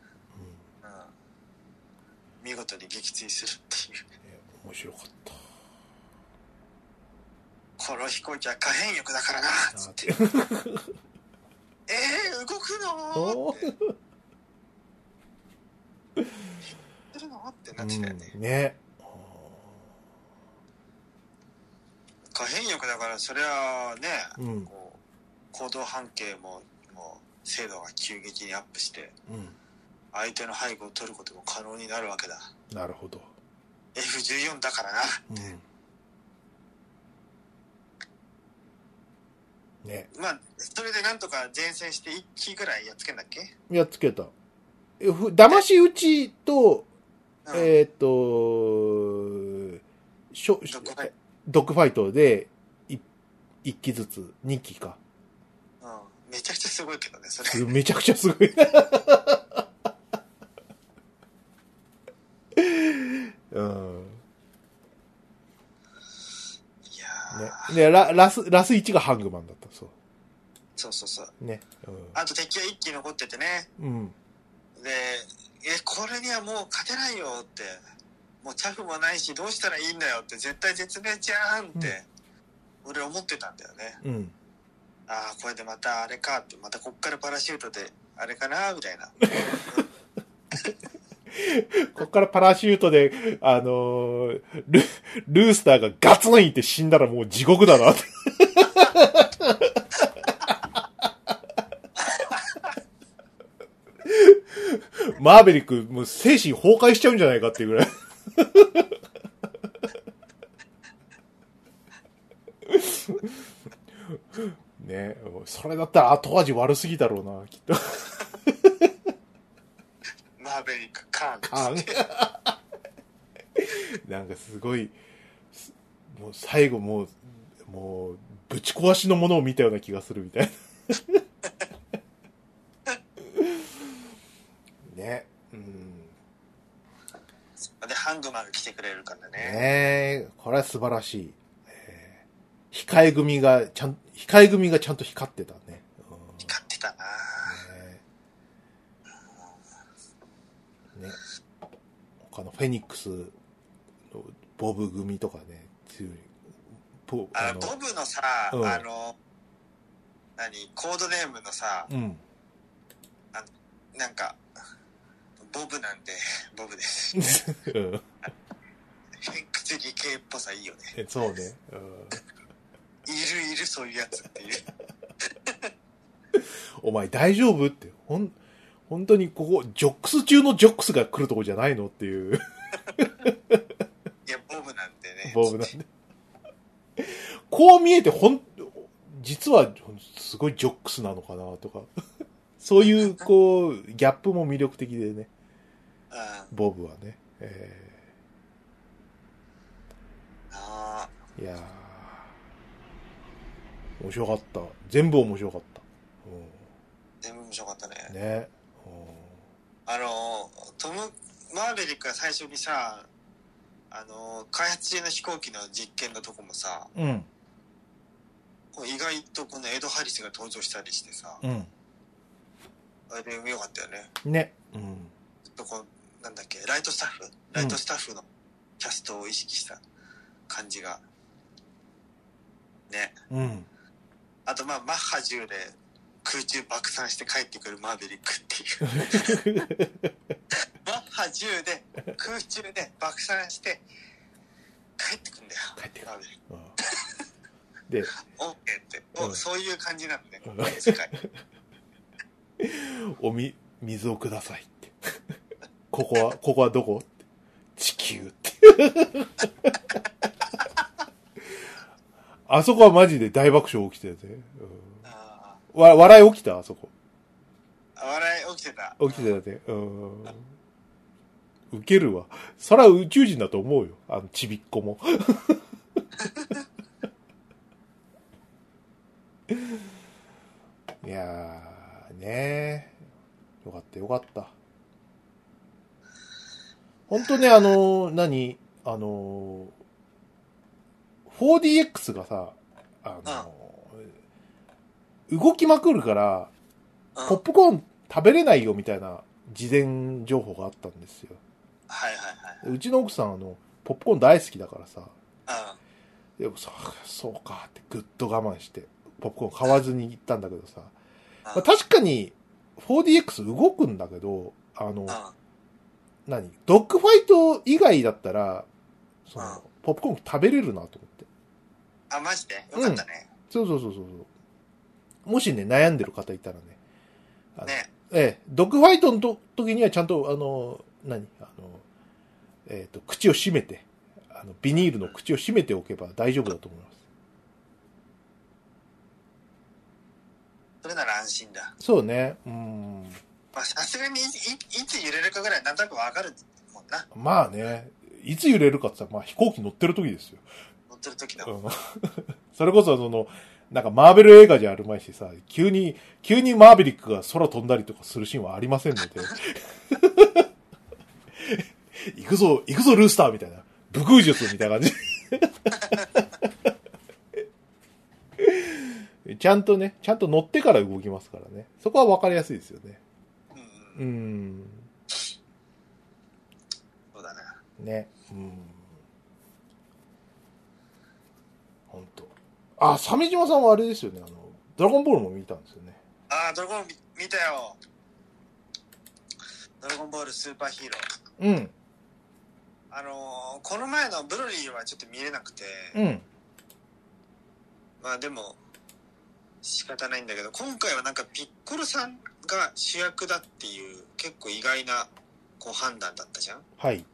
見事に撃墜するっていう。うん、面白かった。この飛行機は可変翼だからなつって。えー、動くのおって。するのってなってたよね。うんね。可変翼だから、それはね、うん。うん。こう、行動半径も、もう、精度が急激にアップして、相手の背後を取ることも可能になるわけだ。なるほど。 F14 だからな。うん。ね。まあ、それでなんとか前線して1機ぐらいやっつけんだっけ、やっつけた。えふ騙し討ちと、うん、えーっと、しょドッグファイドッグファイトで、い一機ずつ、二機か。うん、めちゃくちゃすごいけどね、それ。すめちゃくちゃすごい。 <laughs> うん。いやー、ね。で、ララス、ラス1がハングマンだった。そそうそうそう。う。ね。あと敵が1機残っててね。うん。うん。で、え、これにはもう勝てないよって。もうチャフもないし、どうしたらいいんだよって、絶対絶命じゃんって、俺思ってたんだよね。うん。ああ、これでまたあれかって、またこっからパラシュートで、あれかなみたいな。こっからパラシュートで、あのール、ルースターがガツンって死んだらもう地獄だなって。マーベリック、もう精神崩壊しちゃうんじゃないかっていうぐらい。ねそれだったら後味悪すぎだろうな、きっと。マーベリック、カーン。あ <laughs> なんかすごい、すもう最後もう、もう、ぶち壊しのものを見たような気がするみたいな。 <laughs> ね。うん。で、ハングマンが来てくれるからね。ねえ、これは素晴らしい。えー控え組が、ちゃん、控え組がちゃんと光ってたね。うん光ってたなねね他のフェニックスのボブ組とかね強いポあのボブのさ、うんあの、何、コードネームのさ、うん <laughs> なんか、ボブなんで、 <laughs> ボブです。うんフェンクス理系っぽさいいよね。そうね、うんいるいるそういうやつ <laughs> っていう。お前大丈夫ってほん本当にここジョックス中のジョックスが来るとこじゃないのっていういや、ボブなんでね。ボブなんでこう見えてほん実はすごいジョックスなのかなとかそういうこうギャップも魅力的でねうん。あボブはね。えあーいやー面白かった。全部面白かった。ー、全部面白かったね。うん、ね、あの、トム・マーベリックが最初にさ、あの、開発中の飛行機の実験のとこもさ、うん。うん。こう意外とこのエド・ハリスが登場したりしてさ、あれでよかったよね。うん。ね。うん。ちょっとこうなんだっけライトスタッフライトスタッフのキャストを意識した感じがねうん。あとまあマッハ10で空中爆散して帰ってくるマーヴェリックっていう <laughs> マッハ10で空中で爆散して帰ってくんだよ帰ってくるマーヴェリックうんで、オッケーって、おうんそういう感じなんだねうん世界おみ、水をくださいって。 <laughs> ここは、ここはどこって地球って。 <laughs> あそこはマジで大爆笑起きてて、ねあうんわ。笑い起きたあそこ。ー笑い起きてた起きてたね。うん。ウケるわ。そら宇宙人だと思うよ。あの、ちびっこも。 <laughs> いやー、ねー。よかった、よかった。ほんとね、あのー、何あのー、4DX がさ、あのー、動きまくるから、うんポップコーン食べれないよみたいな事前情報があったんですよ。はいはうちの奥さん、あの、ポップコーン大好きだからさ、いはいでもそうそうかってぐっと我慢して、ポップコーン買わずに行ったんだけどさ、まあ確かに 4DX 動くんだけど、あのうん、うん何ドッグファイト以外だったら、そうんの、ポップコーン食べれるなと思って。あマジでよかったね、そうそうそうそうそう。もしね、悩んでる方いたらね、あのねええ、ドッグファイトのと時にはちゃんと、あの、何あの、えっ、と、口を閉めて、あの、ビニールの口を閉めておけば大丈夫だと思いまそれなら安心だす。そうね。うん。まあさすがにいいいつ揺れるかぐらいなんとなくわかるもんなまあね、いつ揺れるかって言ったら、まあ飛行機乗ってる時ですよ。乗ってる時だうん <laughs> それこそ、その、なんかマーベル映画じゃあるまいしさ、急に、急にマーベリックが空飛んだりとかするシーンはありませんので。行くぞ、行くぞルースターみたいな。武空術みたいな感じ。ちゃんとね、ちゃんと乗ってから動きますからね。そこは分かりやすいですよね。うんうんうん。そうだなね。うん。ほんと。あ、鮫島さんはあれですよね。あの、ドラゴンボールも見たんですよね。あードラゴン見見たよドラゴンボールスーパーヒーローうん。あのーこの前のブロリーはちょっと見れなくて、うん。まあでも仕方ないんだけど今回はなんかピッコロさんが主役だっていう結構意外なこう判断だったじゃんはい。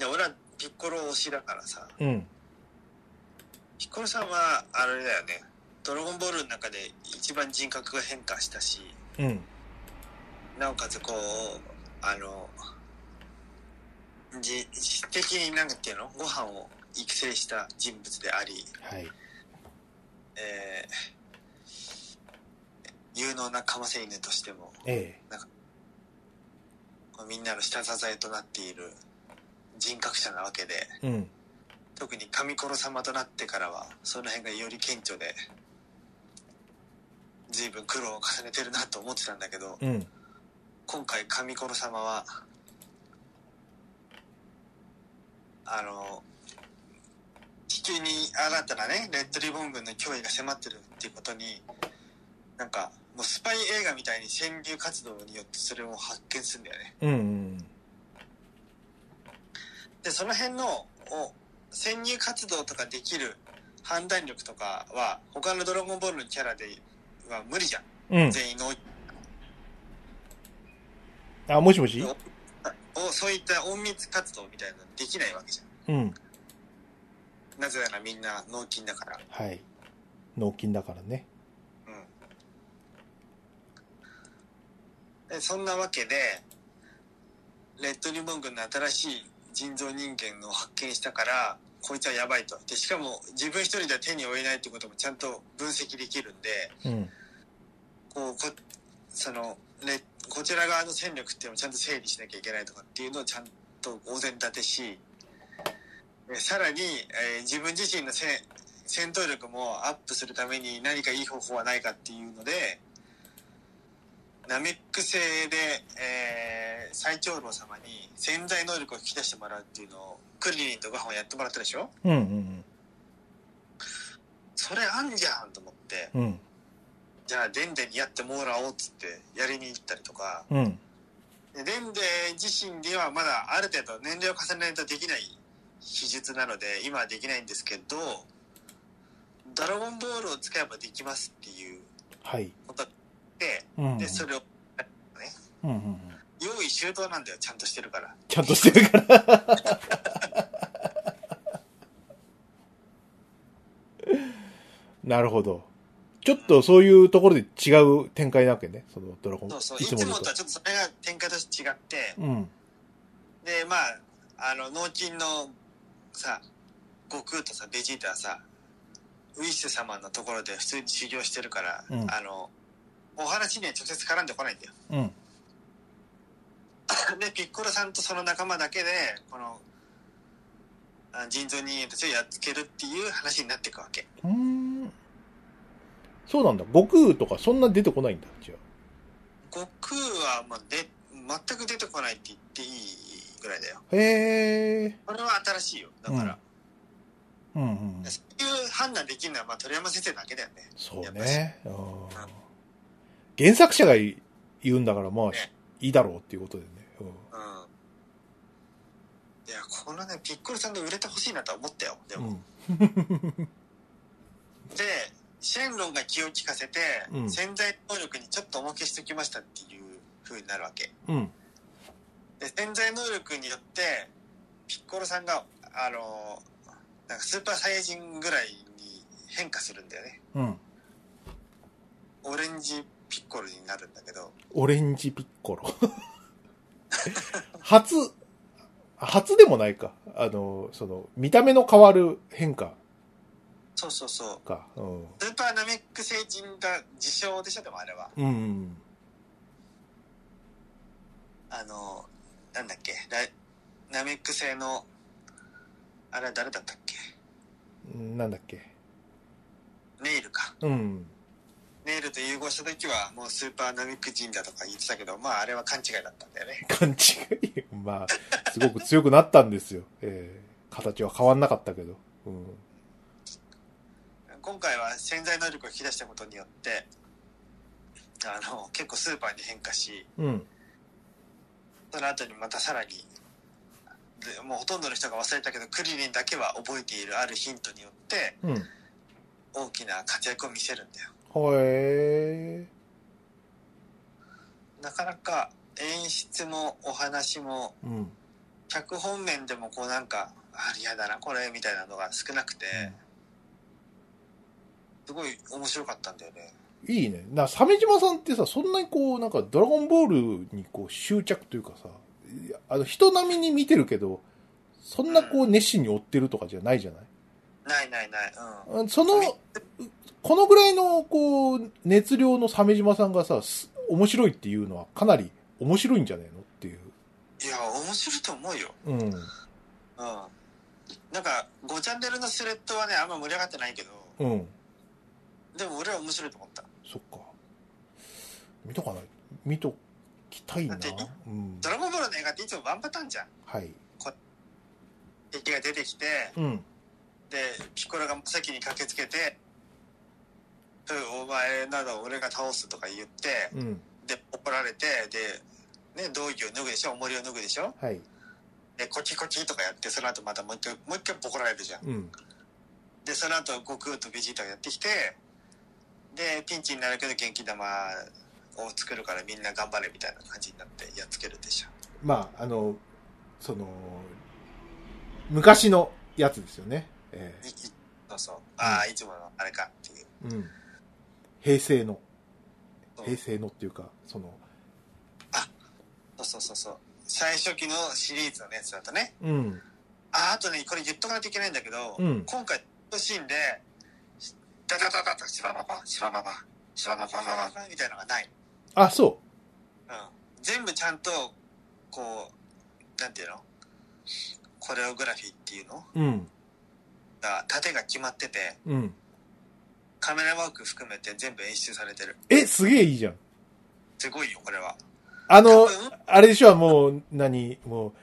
で俺はピッコロ推しだからさうん。ピッコロさんはあれだよね「ドラゴンボール」の中で一番人格が変化したしうん。なおかつこうあのじ実的になんていうのご飯を育成した人物でありはい。えー有能なカマセイヌとしてもえこうみんなの下支えとなっている人格者なわけでえ。うん。特に神殺様となってからはその辺がより顕著で随分苦労を重ねてるなと思ってたんだけどうん。今回神殺様はあの地球に新たなねレッドリボン軍の脅威が迫ってるっていうことになんかもうスパイ映画みたいに潜入活動によってそれを発見するんだよねうん。うん。でその辺のを潜入活動とかできる判断力とかは他の「ドラゴンボール」のキャラでは無理じゃんうん。全員のあ、もしもしおそういった隠密活動みたいなのできないわけじゃんうん。なぜならみんな脳筋だから。はい。脳筋だからね。でそんなわけで、レッドリボン軍の新しい人造人間を発見したから、こいつはやばいと。で、しかも自分一人では手に負えないってこともちゃんと分析できるんで、うん。こう、こ、その、レこちら側の戦力っていうのをちゃんと整理しなきゃいけないとかっていうのをちゃんとお膳立てし、えさらに、えー自分自身のせ戦闘力もアップするために何かいい方法はないかっていうので、ナメック星で、えー最長老様に潜在能力を引き出してもらうっていうのを、クリリンとご飯をやってもらったでしょうん。うん。それあんじゃんと思って、うん。じゃあデンデンにやってもらおうっつってやりに行ったりとか、うん。でデンデン自身ではまだある程度年齢を重ねないとできない秘術なので、今はできないんですけど、ドラゴンボールを使えばできますっていうはい。ことで、うん。で、それをうんうんうん。用意周到なんだよ、ちゃんとしてるから。ちゃんとしてるから。 <laughs> なるほど。ちょっとそういうところで違う展開なわけね。そのドラゴン。そうそう、いつもとはと。ちょっとそれが展開として違って、うん。で、まあ、あの、脳筋のさ、悟空とさ、ベジータはさ、ウィッシュ様のところで普通に修行してるから、うんあの、お話には直接絡んでこないんだよ。うん。で、ピッコロさんとその仲間だけで、この、あ人造人間たちをやっつけるっていう話になっていくわけ。うーん。そうなんだ。悟空とかそんな出てこないんだ。じゃ悟空は、まあ、で、全く出てこないって言っていいぐらいだよ。あ。へえ。これは新しいよ。だから。うんうん。そういう判断できるのは、まあ、鳥山先生だけだよね。そうやっぱしね。うん原作者が言うんだから、まあ、ねいいだろうっていうことでね。うんうん。いや、このね、ピッコロさんで売れてほしいなとは思ったよ。でも。うん。で、シェンロンが気を利かせて、うん潜在能力にちょっと重けしときましたっていう風になるわけ。うん。で、潜在能力によって、ピッコロさんが、あの、なんかスーパーサイヤ人ぐらいに変化するんだよね。うん。オレンジピッコロになるんだけど、オレンジピッコロ。 <laughs> 初、初でもないか。あの、その、見た目の変わる変化そうそうそう。か。うん。スーパーナメック星人が自称でしょ、でもあれは。うん。あの、なんだっけ、ラナメック星の、あれは誰だったっけなんだっけ。ネイルか。うん。ネイルと融合した時は、もうスーパーナメック人だとか言ってたけど、まああれは勘違いだったんだよね。勘違い。 <laughs> まあ、すごく強くなったんですよ。えー形は変わんなかったけど。うん。今回は潜在能力を引き出したことによって、あの、結構スーパーに変化し、うん。その後にまたさらに、でもうほとんどの人が忘れたけど、クリリンだけは覚えているあるヒントによって、うん。大きな活躍を見せるんだよ。ほえなかなか演出もお話もー。うん。脚本面でもこうなんかあ嫌だなこれみたいなのが少なくて、すごい面白かったんだよねいいね。な、鮫島さんってさ、そんなにこう、なんか、ドラゴンボールにこう、執着というかさ、いやあの、人並みに見てるけど、そんなこう、熱心に追ってるとかじゃないじゃないないないないうんうんその、このぐらいの、こう、熱量の鮫島さんがさ、す面白いっていうのは、かなり面白いんじゃねえのっていう。いや面白いと思うようん。うんなんか5チャンネルのスレッドはねあんま盛り上がってないけどうん。でも俺は面白いと思ったそっか。見とかない。見ときたいなだってね。うんド。ラゴンボールの映画っていつもワンパターンじゃんはい。敵が出てきてうん。でピッコロが先に駆けつけて「うんお前など俺が倒す」とか言ってうん。で怒られてで、ね、道着を脱ぐでしょ重りを脱ぐでしょはい。でコキコキとかやってその後またもう一回もう一回怒られるじゃんうん。でその後悟空とベジータがやってきてでピンチになるけど元気玉を作るからみんな頑張れみたいな感じになってやっつけるでしょまあ、あの、その、昔のやつですよね。えいいそうそうああいつものあれかっていうーうん。平成の、そう平成のっていうか、その、そうそうそうそう最初期のシリーズのやつだとねうん。ああとねこれ言っとかないといけないんだけど、うん今回のシーンでダダダダダシバババシバババシババババババみたいなのがないあ、そうん全部ちゃんとこうなんていうのコレオグラフィーっていうのう。うん。が縦が決まっててうん。カメラワーク含めて全部演出されてるえ、すげえいいじゃん。すごいよこれは <laughs> 多あの、分あれでしょ、もう、何、もう、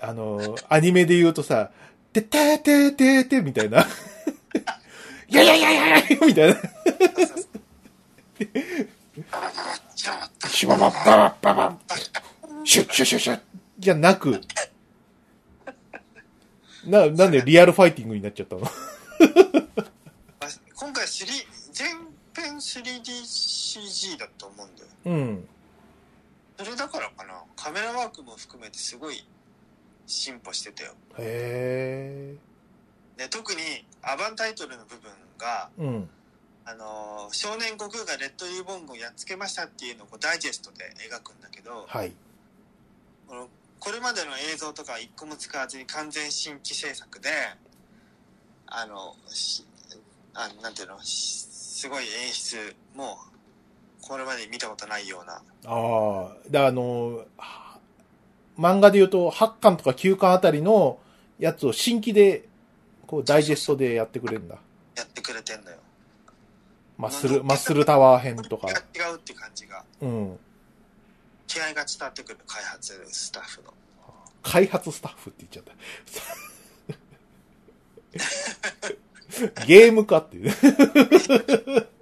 あの、アニメで言うとさ、てってーてーてーてーみたいな。いやいやいやいやいやみたいな。しまったシュババッババッババッシュッシュッシュッシュッじゃなく、な、なんでリアルファイティングになっちゃったのあ今回3全編 3DCG だと思うんだようん。それだからかなカメラワークも含めてすごい進歩してたよへで特にアバンタイトルの部分が、え。うん。あのー少年悟空がレッドリボン軍をやっつけましたっていうのをこうダイジェストで描くんだけどはい。このこれまでの映像とか一個も使わずに完全新規制作であのしあなんていうのしすごい演出もこれまで見たことないようなああ、だあの、は漫画で言うと8巻とか9巻あたりのやつを新規で、こう、ダイジェストでやってくれるんだ。やってくれてんだよマッスル、マッスルタワー編とこ <laughs> れ。かが違うって感じがうん。気合が伝わってくる開発スタッフの開発スタッフって言っちゃった。 <laughs> ゲームかっていう。 <laughs>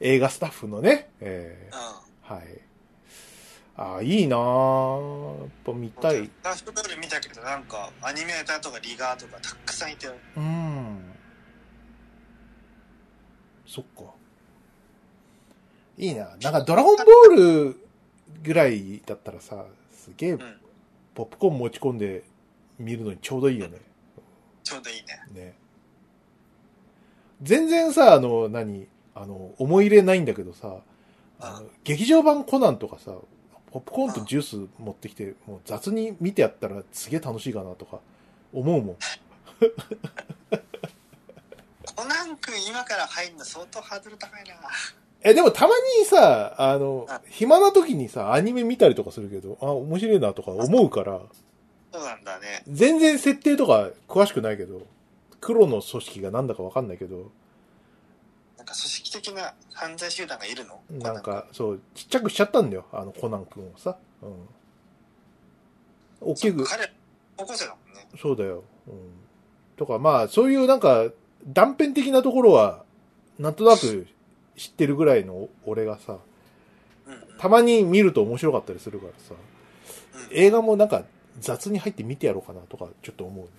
映画スタッフのね。えうーはい。ああ、いいなぁ。やっぱ見んたいス。タッフ通り見たけどなんかアニメーターとかリガーとかたくさんいてうん。そっか。いいな。なんかドラゴンボールぐらいだったらさ、すげえんポップコーン持ち込んで見るのにちょうどいいよね。ちょうどいいねね。全然さ、あの、何、あの、思い入れないんだけどさ、あの、劇場版コナンとかさ、ポップコーンとジュース持ってきて、もう雑に見てやったらすげえ楽しいかなとか、思うもん。コナン君今から入るの相当ハードル高いなえ、でもたまにさ、あのあ、暇な時にさ、アニメ見たりとかするけど、あ、面白いなとか思うから、そうなんだね全然設定とか詳しくないけど、黒の組織がなんだかわかんないけど、なんか組織的な犯罪集団がいるのなんコナンか、そう、ちっちゃくしちゃったんだよ、あの、コナン君をさ。うん。大き君く、彼高校生だもんねそうだよ。うん。とか、まあ、そういうなんか、断片的なところは、なんとなく知ってるぐらいの俺がさ、うんうんたまに見ると面白かったりするからさ、うん映画もなんか雑に入って見てやろうかなとかちょっと思うね。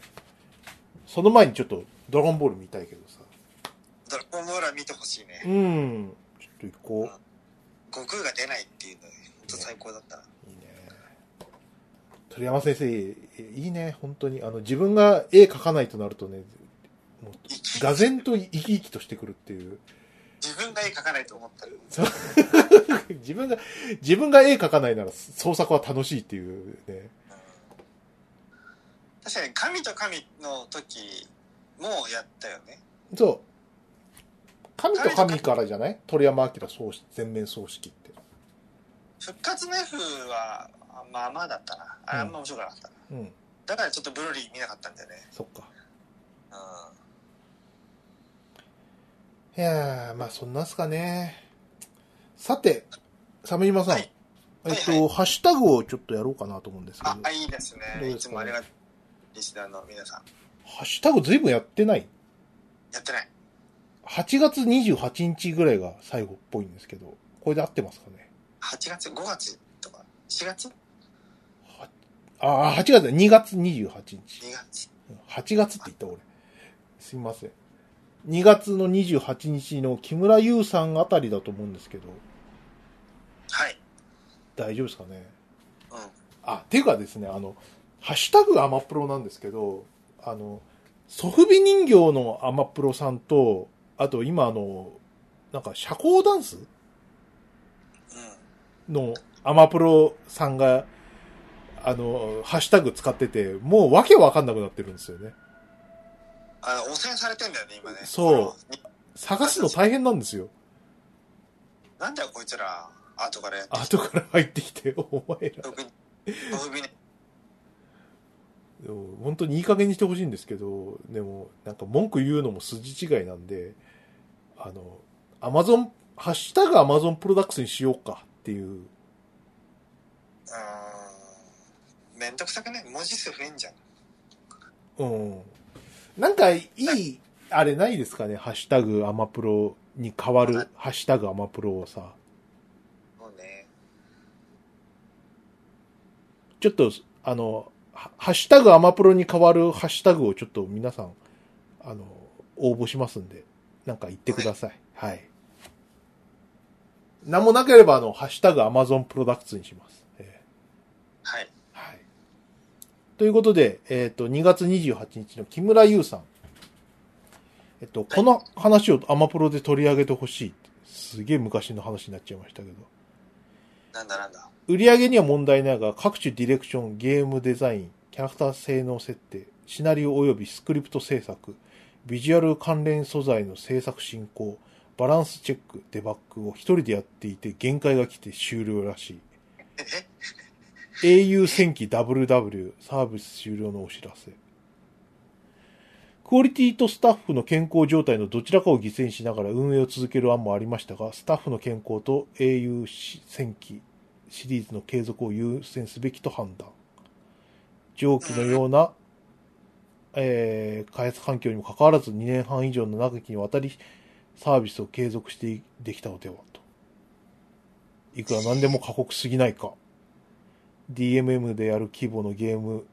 その前にちょっとドラゴンボール見たいけどさ。ドラゴンボールは見てほしいねうん。ちょっと行こ悟空が出ないっていうのほんと最高だったなう。いいね。鳥山先生、いいね、本当に。あの、自分が絵描かないとなるとね、もう、生きがぜんと生き生きとしてくるっていう。 <laughs> 自分が絵描かないと思ったら自分が、自分が絵描かないなら創作は楽しいっていうね。確かに神と神の時もやったよねそう。神と神からじゃない鳥山明総指全面葬式って。復活の F はまあまあだったなあれあんま面白くなかったな、うん。だからちょっとブロリー見なかったんだよねそっか。うんいやー、まあそんなんすかね。さて、鮫島さん、はいえっと、はいはハッシュタグをちょっとやろうかなと思うんですけど、あいいですねどういですかつもありがとうリスナーの皆さんハッシュタグずいぶんやってないやってない。 ?8 月28日ぐらいが最後っぽいんですけど、これで合ってますかね8月、5月とか、4月はあー、8月、2月28 ?2 日。月8月って言った俺。すいません。2月の28日の木村優さんあたりだと思うんですけど、はい。大丈夫ですかねうん。あ、ていうかですね、あの、ハッシュタグアマプロなんですけど、あの、ソフビ人形のアマプロさんと、あと今あの、なんか社交ダンスのアマプロさんが、あの、ハッシュタグ使ってて、もうわけわかんなくなってるんですよね。あの、汚染されてんだよね、今ね。。そうに探すの大変なんですよ。なんだよ、こいつら。後からやって後から入ってきて、お前ら。特に、ご不便ね。でも本当にいい加減にしてほしいんですけど、でも、なんか文句言うのも筋違いなんで、あの、アマゾン、ハッシュタグアマゾンプロダクツにしようかっていう。うーん。めんどくさくね。文字数増えんじゃん。うん。なんかいい、あれないですかね、ハッシュタグアマプロに変わる、ハッシュタグアマプロをさ、もうね。ちょっと、あの、ハハッシュタグアマプロに変わるハッシュタグをちょっと皆さん、あの、応募しますんで、なんか言ってください。はい。なんもなければ、あの、ハッシュタグアマゾンプロダクツにします。えはい。ーはい。ということで、えっ、と、2月28日の木村優さん。えっと、この話をアマプロで取り上げてほしい。すげえ昔の話になっちゃいましたけど。なんだなんだ。売り上げには問題ないが、各種ディレクション、ゲームデザイン、キャラクター性能設定、シナリオ及びスクリプト制作、ビジュアル関連素材の制作進行、バランスチェック、デバッグを一人でやっていて限界が来て終了らしい。え au 戦記 WW サービス終了のお知らせ。クオリティとスタッフの健康状態のどちらかを犠牲にしながら運営を続ける案もありましたが、スタッフの健康と au 戦記シリーズの継続を優先すべきと判断。上記のような、えー開発環境にもかかわらず2年半以上の長きにわたりサービスを継続してできたのではと。いくら何でも過酷すぎないか。DMM でやる規模のゲーム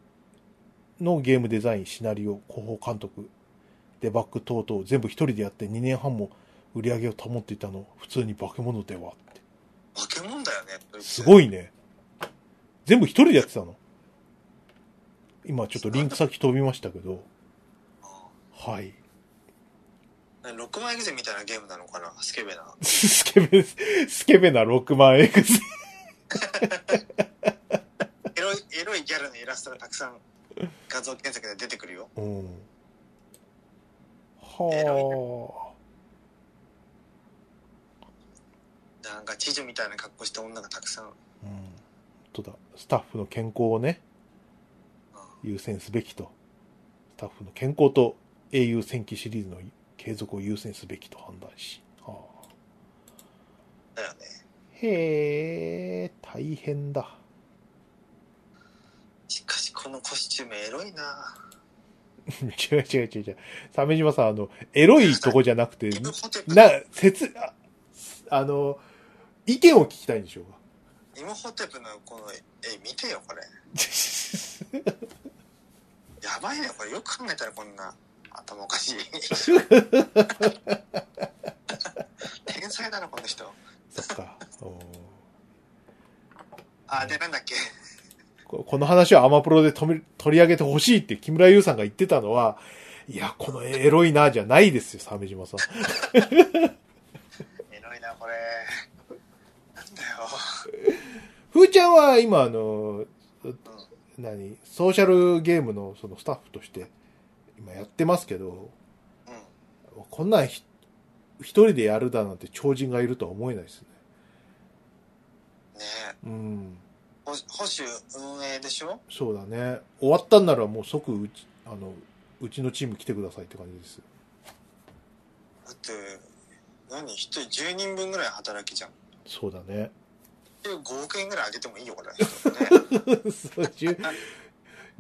のゲームデザイン、シナリオ、広報監督、デバッグ等々全部一人でやって2年半も売り上げを保っていたの、普通に化け物ではって。化け物だよね。すい。ごいね。全部一人でやってたの今ちょっとリンク先飛びましたけど、はい。 <laughs> 6万エグゼみたいなゲームなのかなスケベな。スケベ、スケベな6万 X。エロい、エロいギャルのイラストがたくさん画像検索で出てくるよ。うん。エはなんか、知女みたいな格好した女がたくさん。うんあ。うん。本当だ。スタッフの健康をね、優先すべきと。スタッフの健康と英雄戦記シリーズの継続を優先すべきと判断し。はあ、だよね。へえ、大変だ。しかし、このコスチュームエロいな <laughs> 違う違う違う違う。鮫島さん、あの、エロいとこじゃなくて、ゲームホテプ、な、説、ああの、意見を聞きたいんでしょうか。 <laughs> イムホテプのこの絵見てよ、これ。やばいね、これ。よく考えたらこんな頭おかしい。天才だな、この人。そっか。おーあ、で、なんだっけ。ここの話をアマプロで止め取り上げてほしいって木村優さんが言ってたのは、いや、このエロいな、じゃないですよ、鮫島さん。 <laughs> エロいな、これ。なんだよ。ふーちゃんは今、あの、何、ソーシャルゲームのそのスタッフとして、今やってますけど、うん。こんなんひ一人でやるだなんて超人がいるとは思えないですね。ねえ。うん。保保守運営でしょそうだね。終わったんならもう即うち、あの、うちのチーム来てくださいって感じですよ。だって、何一人10人分ぐらい働きじゃん。そうだね。 5億円ぐらいあげてもいいよ、これ。ね、そう、10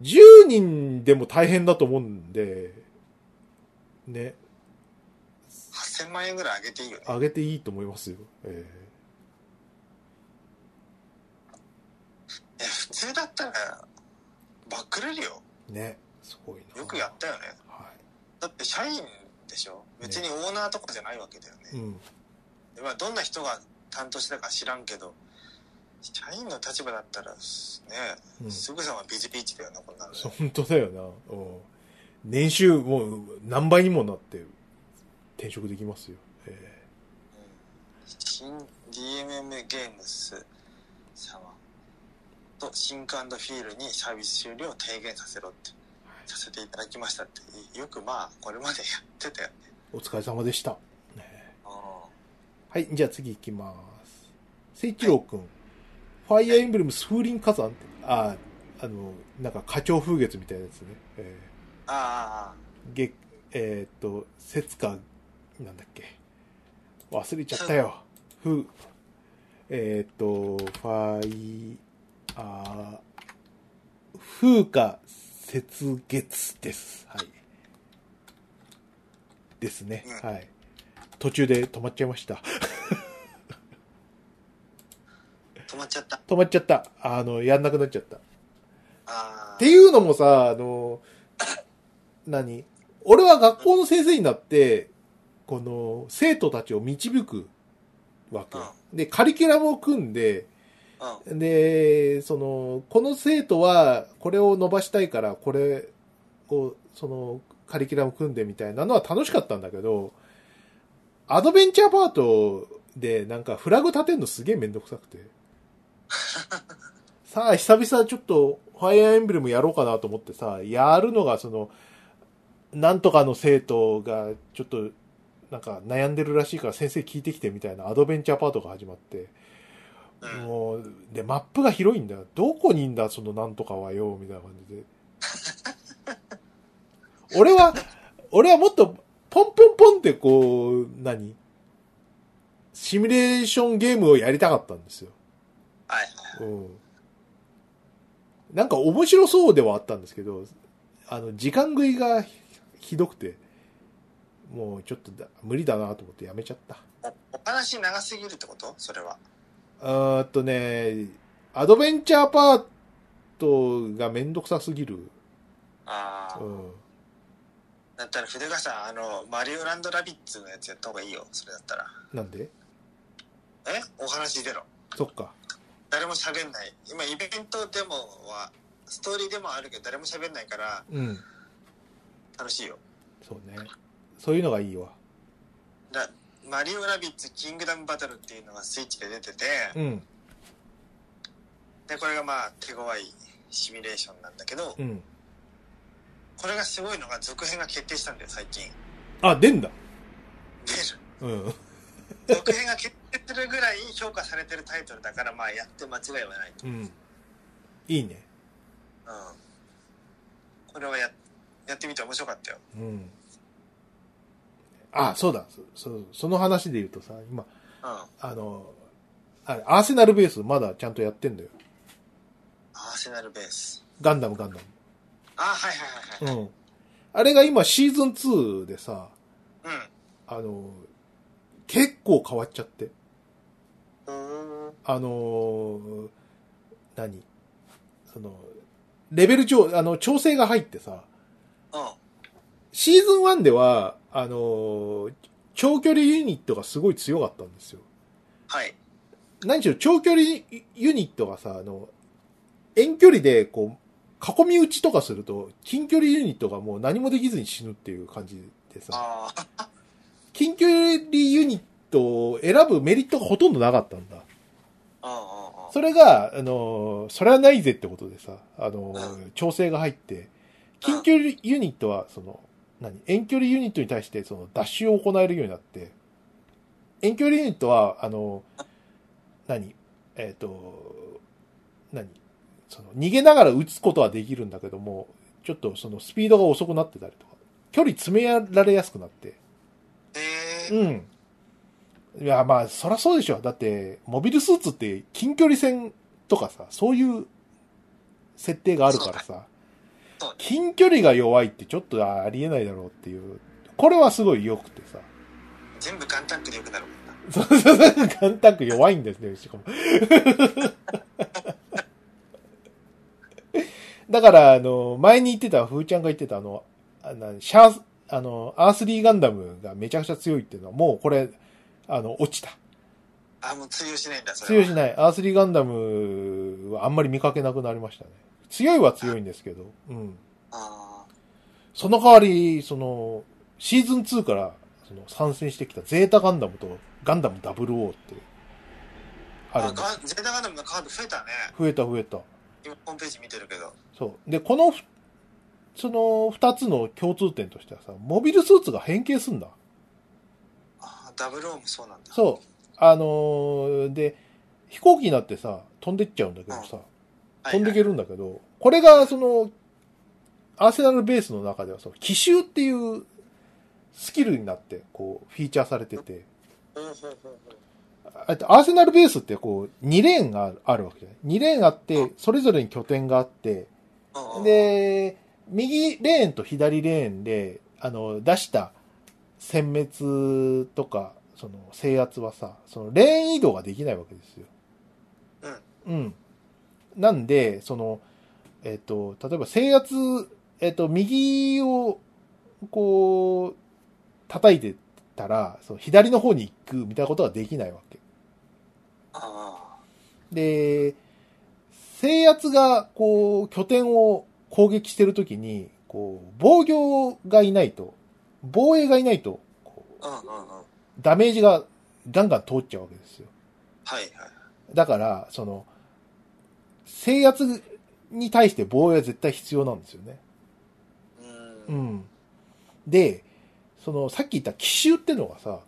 10人でも大変だと思うんで、ね、 8000万円ぐらいあげていいよね。上げていいと思いますよ。えいや、普通だったら、バックれるよ。ーね、すごいな。よくやったよね。はだって社員でしょ別にオーナーとかじゃないわけだよい。うね。ん。まあ、どんな人が担当してたか知らんけど、社員の立場だったら、ね、うん。すぐさまビジビーチだよな、こんなのね。そう本当だよな。うん。年収もう何倍にもなって転職できますよ。え新 DMM ゲームス様とシンクフィールにサービス終了を提言させろってさせていただきましたってよくまあこれまでやってたよねーお疲れ様でした。ねあはい、じゃあ次行きます。聖一郎くん。ファイアーエンブレム風林火山ってあー、あの、なんか花鳥風月みたいなやつね。えあああー、げ、えーっと、節か、なんだっけ。忘れちゃったよ。ふ、えーっと、ファイ、あー風か節月です。はい。ですね。うはい。途中で止まっちゃいました。止まっちゃった。止まっちゃった。あの、やんなくなっちゃった。っあていうのもさ、あの、何俺は学校の先生になって、この、生徒たちを導くわけよ。で、カリキュラムを組んで、あ。うん。で、その、この生徒は、これを伸ばしたいから、これを、その、カリキュラム組んでみたいなのは楽しかったんだけど、アドベンチャーパートで、なんか、フラグ立てるのすげえめんどくさく <laughs> て。さあ、久々ちょっと、ファイアーエンブレムやろうかなと思ってさ、やるのが、その、なんとかの生徒が、ちょっと、なんか悩んでるらしいから先生聞いてきてみたいなアドベンチャーパートが始まって、うん。もう、で、マップが広いんだよ。どこにいんだ、そのなんとかはよ、みたいな感じで。 <laughs> 俺は、俺はもっと、ポンポンポンってこう、何シミュレーションゲームをやりたかったんですよ。はい。うん。なんか面白そうではあったんですけど、あの、時間食いがひひどくて、もうちょっとだ無理だなと思ってやめちゃった。お話長すぎるってことそれは。うーんとね、アドベンチャーパートがめんどくさすぎる。ああ。うん。だったら筆川さんあのマリオランドラビッツのやつやった方がいいよそれだったらなんでえお話出ろそっか。誰も喋んない今イベントでもはストーリーでもあるけど誰も喋んないからうん。楽しいよそうね。そういうのがいいわ。だマリオラビッツキングダムバトルっていうのがスイッチで出ててうん。でこれがまあ手強いシミュレーションなんだけどうん。これがすごいのが続編が決定したんだよ最近あ、出んだ。出るうん。続編が決定するぐらい評価されてるタイトルだからまあやって間違いはないとうん。いいね。うんこれはややってみて面白かったようん。あ、そうだ。そそうその話で言うとさ、今、うんアあの、あれ、アーセナルベースまだちゃんとやってんだよ。ーセナルベースガンダムガンダあはいはいはいム。はうん。あれが今シーズン2でさ、いあの、結構変わっちゃって。うんうーんあの、何その、レベル調、あの、調整が入ってさ、うんシーズン1では、あの、長距離ユニットがすごい強かったんですよ。はい何しろ長距離ユニットがさ、あの、遠距離でこう、囲み撃ちとかすると、近距離ユニットがもう何もできずに死ぬっていう感じでさ、ああ近距離ユニットを選ぶメリットがほとんどなかったんだ。うんうんうんそれが、あのー、それはないぜってことでさ、あのー、調整が入って、近距離ユニットは、その、何遠距離ユニットに対して、その、ダッシュを行えるようになって、遠距離ユニットは、あのー、何えっ、と、何その、逃げながら撃つことはできるんだけども、ちょっとその、スピードが遅くなってたりとか、距離詰められやすくなって、えーうん。いや、まあ、そらそうでしょ。だって、モビルスーツって近距離戦とかさ、そういう設定があるからさそうだ、近距離が弱いってちょっとありえないだろうっていう、これはすごい良くてさ、全部ガンタンクでよくなるもんなそうそうそう、ガンタンク弱いんで <laughs> すね、しかも。だから、あの、前に言ってた、ふーちゃんが言ってた、あの、あのシャー、あの、アースリーガンダムがめちゃくちゃ強いっていうのは、もうこれ、あの、落ちた。あもう通用しないんだそ通れ用はしない。アースリーガンダムはあんまり見かけなくなりましたね。強いは強いんですけど、うん。あーその代わり、その、シーズン2からその参戦してきたゼータガンダムとガンダム00って、あるあんですガンゼータガンダムのカード増えたね増えた増えた。今ホームページ見てるけどそう。で、このふ、その二つの共通点としてはさ、モビルスーツが変形すんだ。あダブルオーもそうなんだうそう。あのーで、飛行機になってさ、飛んでっちゃうんだけどさ、飛んでいけるんだけど、これがその、アーセナルベースの中ではその、奇襲っていうスキルになって、こう、フィーチャーされてて、うんうんうんうんあとアーセナルベースってこう、2レーンがあるわけじゃない。2レーンあって、それぞれに拠点があって、うんうんで、右レーンと左レーンで、あの、出した殲滅とか、その制圧はさ、そのレーン移動ができないわけですよ。うん。なんで、その、えっ、と、例えば制圧、えっ、と、右を、こう、叩いてたら、その左の方に行くみたいなことはできないわけ。あで、制圧が、こう、拠点を攻撃してるときに、こう、防御がいないと、防衛がいないと、こうあ、うんうんうん。ダメージがガンガン通っちゃうわけですよ。はいはい。だから、その、制圧に対して防衛は絶対必要なんですよね。う。うんん。で、その、さっき言った奇襲ってのがさ、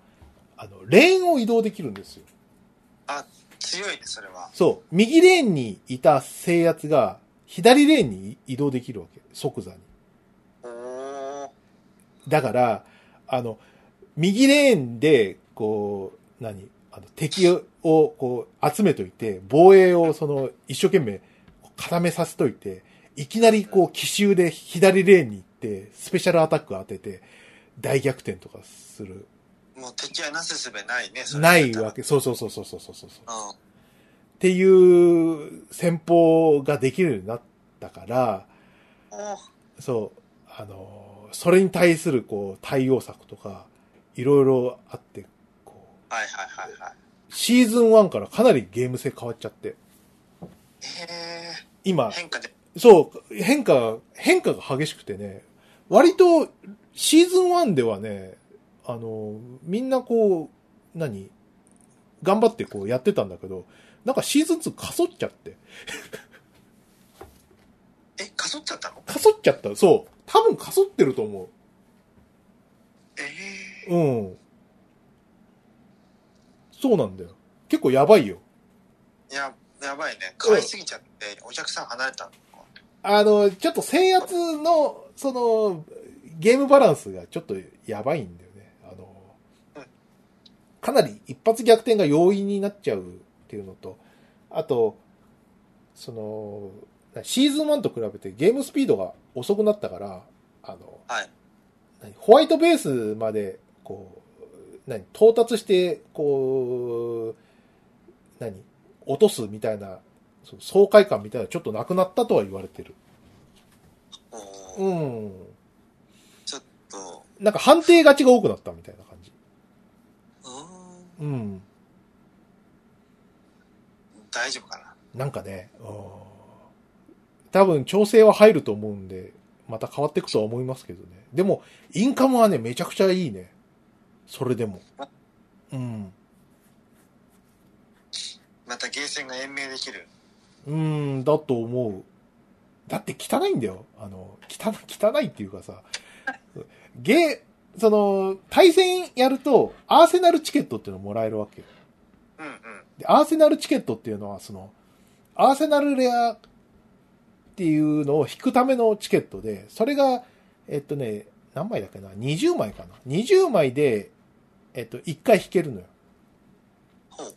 あの、レーンを移動できるんですよ。強いね、それは。そう。右レーンにいた制圧が、左レーンに移動できるわけ。即座に。おお。だから、あの、右レーンで、こう、何あの、敵を、こう、集めといて、防衛を、その、一生懸命、固めさせといて、いきなり、こう、奇襲で左レーンに行って、スペシャルアタック当てて、大逆転とかする。もう敵はなすすべないね、それないわ。け。そうそうそうそうそうそうそう。うん。あっていう戦法ができるようになったから、おそう、あの、それに対するこう対応策とか、いろいろあって、こはいはいはいはい。う、シーズン1からかなりゲーム性変わっちゃって、へえ。今、変化で。そう、変化が、変化が激しくてね、割とシーズン1ではね、あの、みんなこう、何頑張ってこうやってたんだけど、なんかシーズン2かそっちゃって。え、かそっちゃったのかそっちゃった。そう。多分かそってると思ええ。う。うん。そうなんだよ。結構やばいよ。や、やばいね。買いすぎちゃって、お客さん離れたのか。あの、ちょっと制圧の、その、ゲームバランスがちょっとやばいんだよね。あうんの、かなり一発逆転が容易になっちゃうっていうのと、あと、その、シーズン1と比べてゲームスピードが遅くなったから、あの、はい何ホワイトベースまで、こう、何到達して、こう、何落とすみたいな、その爽快感みたいなのちょっとなくなったとは言われてる。おお。うん。ちょっと、なんか判定勝ちが多くなったみたいな感じ。うーん。うん。大丈夫かな。なんかね、うん多分調整は入ると思うんで、また変わっていくとは思いますけどね。でも、インカムはね、めちゃくちゃいいね。それでも。うん。またゲーセンが延命できる。うん、だと思う。だって汚いんだよ。あの、汚い、汚いっていうかさ、ゲー、その、対戦やると、アーセナルチケットっていうのもらえるわけよ。うんうん。で、アーセナルチケットっていうのは、その、アーセナルレアっていうのを引くためのチケットで、それが、えっとね、何枚だっけな ?20 枚かな ?20 枚で、えっと、1回引けるのよ。ほう。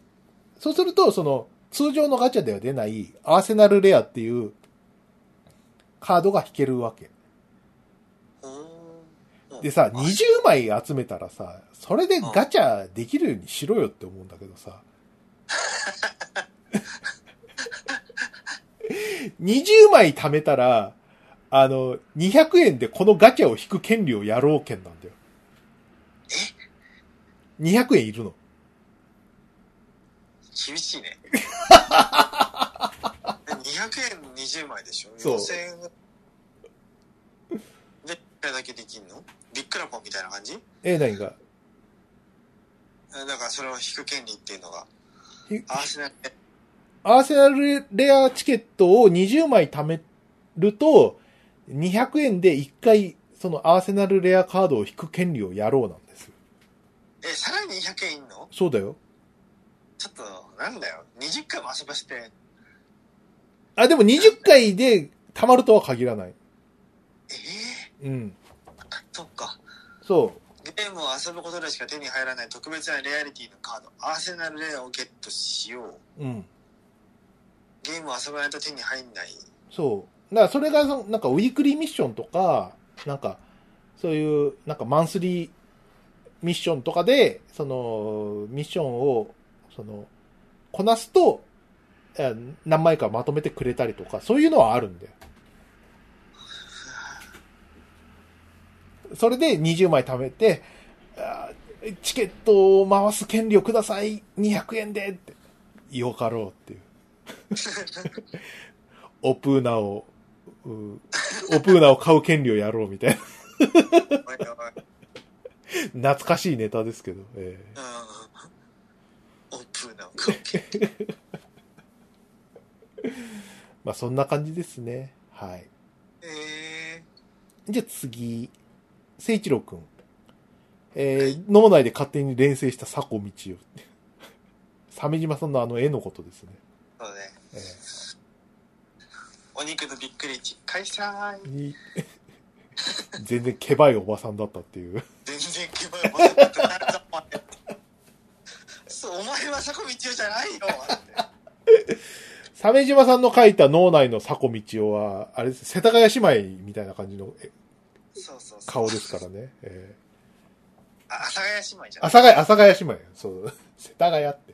そうすると、その、通常のガチャでは出ない、アーセナルレアっていう、カードが引けるわけ。ほう。でさ、うん20枚集めたらさ、それでガチャできるようにしろよって思うんだけどさ。20枚貯めたら、あの、200円でこのガチャを引く権利をやろう権なんだよ。200円いるの。厳しいね。200円の20枚でしょそう ?4000 円で、一回だけできんのビックラポンみたいな感じえ、何がえだからそれを引く権利っていうのがひ、合わせないで。アーセナルレアチケットを20枚貯めると、200円で1回、そのアーセナルレアカードを引く権利をやろうなんですよ。え、さらに200円いんのそうだよ。ちょっと、なんだよ。20回も遊ばして、あ、でも20回で貯まるとは限らない。えうん。えそっか。そゲームを遊ぶことでしか手に入らない特別なレアリティのカード、アーセナルレアをゲットしよう。う。うん。ゲームを遊ばないと手に入んない。そう。だからそれがその、なんかウィークリーミッションとか、なんか、そういう、なんかマンスリーミッションとかで、その、ミッションを、その、こなすと、えー何枚かまとめてくれたりとか、そういうのはあるんだよ。それで20枚貯めて、あーチケットを回す権利をください !200 円でって、よかろうっていう。オプーナを、うーオプーナを買う権利をやろうみたいな。お <laughs> いおい懐かしいネタですけど。えーうんオープンな関係まあそんな感じですね。はい。えじゃあ次、聖一郎くん。えー、脳内で勝手に連成した佐古道夫。 <laughs> 鮫島さんのあの絵のことですね。ー、そうねえお肉のびっくり市開催ーに <laughs> 全然ケバいおばさんだったっていう。全然気分よくなくなるぞお前そうお前は坂道夫じゃないよって鮫島さんの描いた脳内の佐古道夫は、あれです、世田谷姉妹みたいな感じのえそうそうそう顔ですからね。えあ阿佐ヶ谷姉妹じー、ゃ阿ん佐ヶ谷、阿佐ヶ谷姉妹。そう。 <laughs> 世田谷って。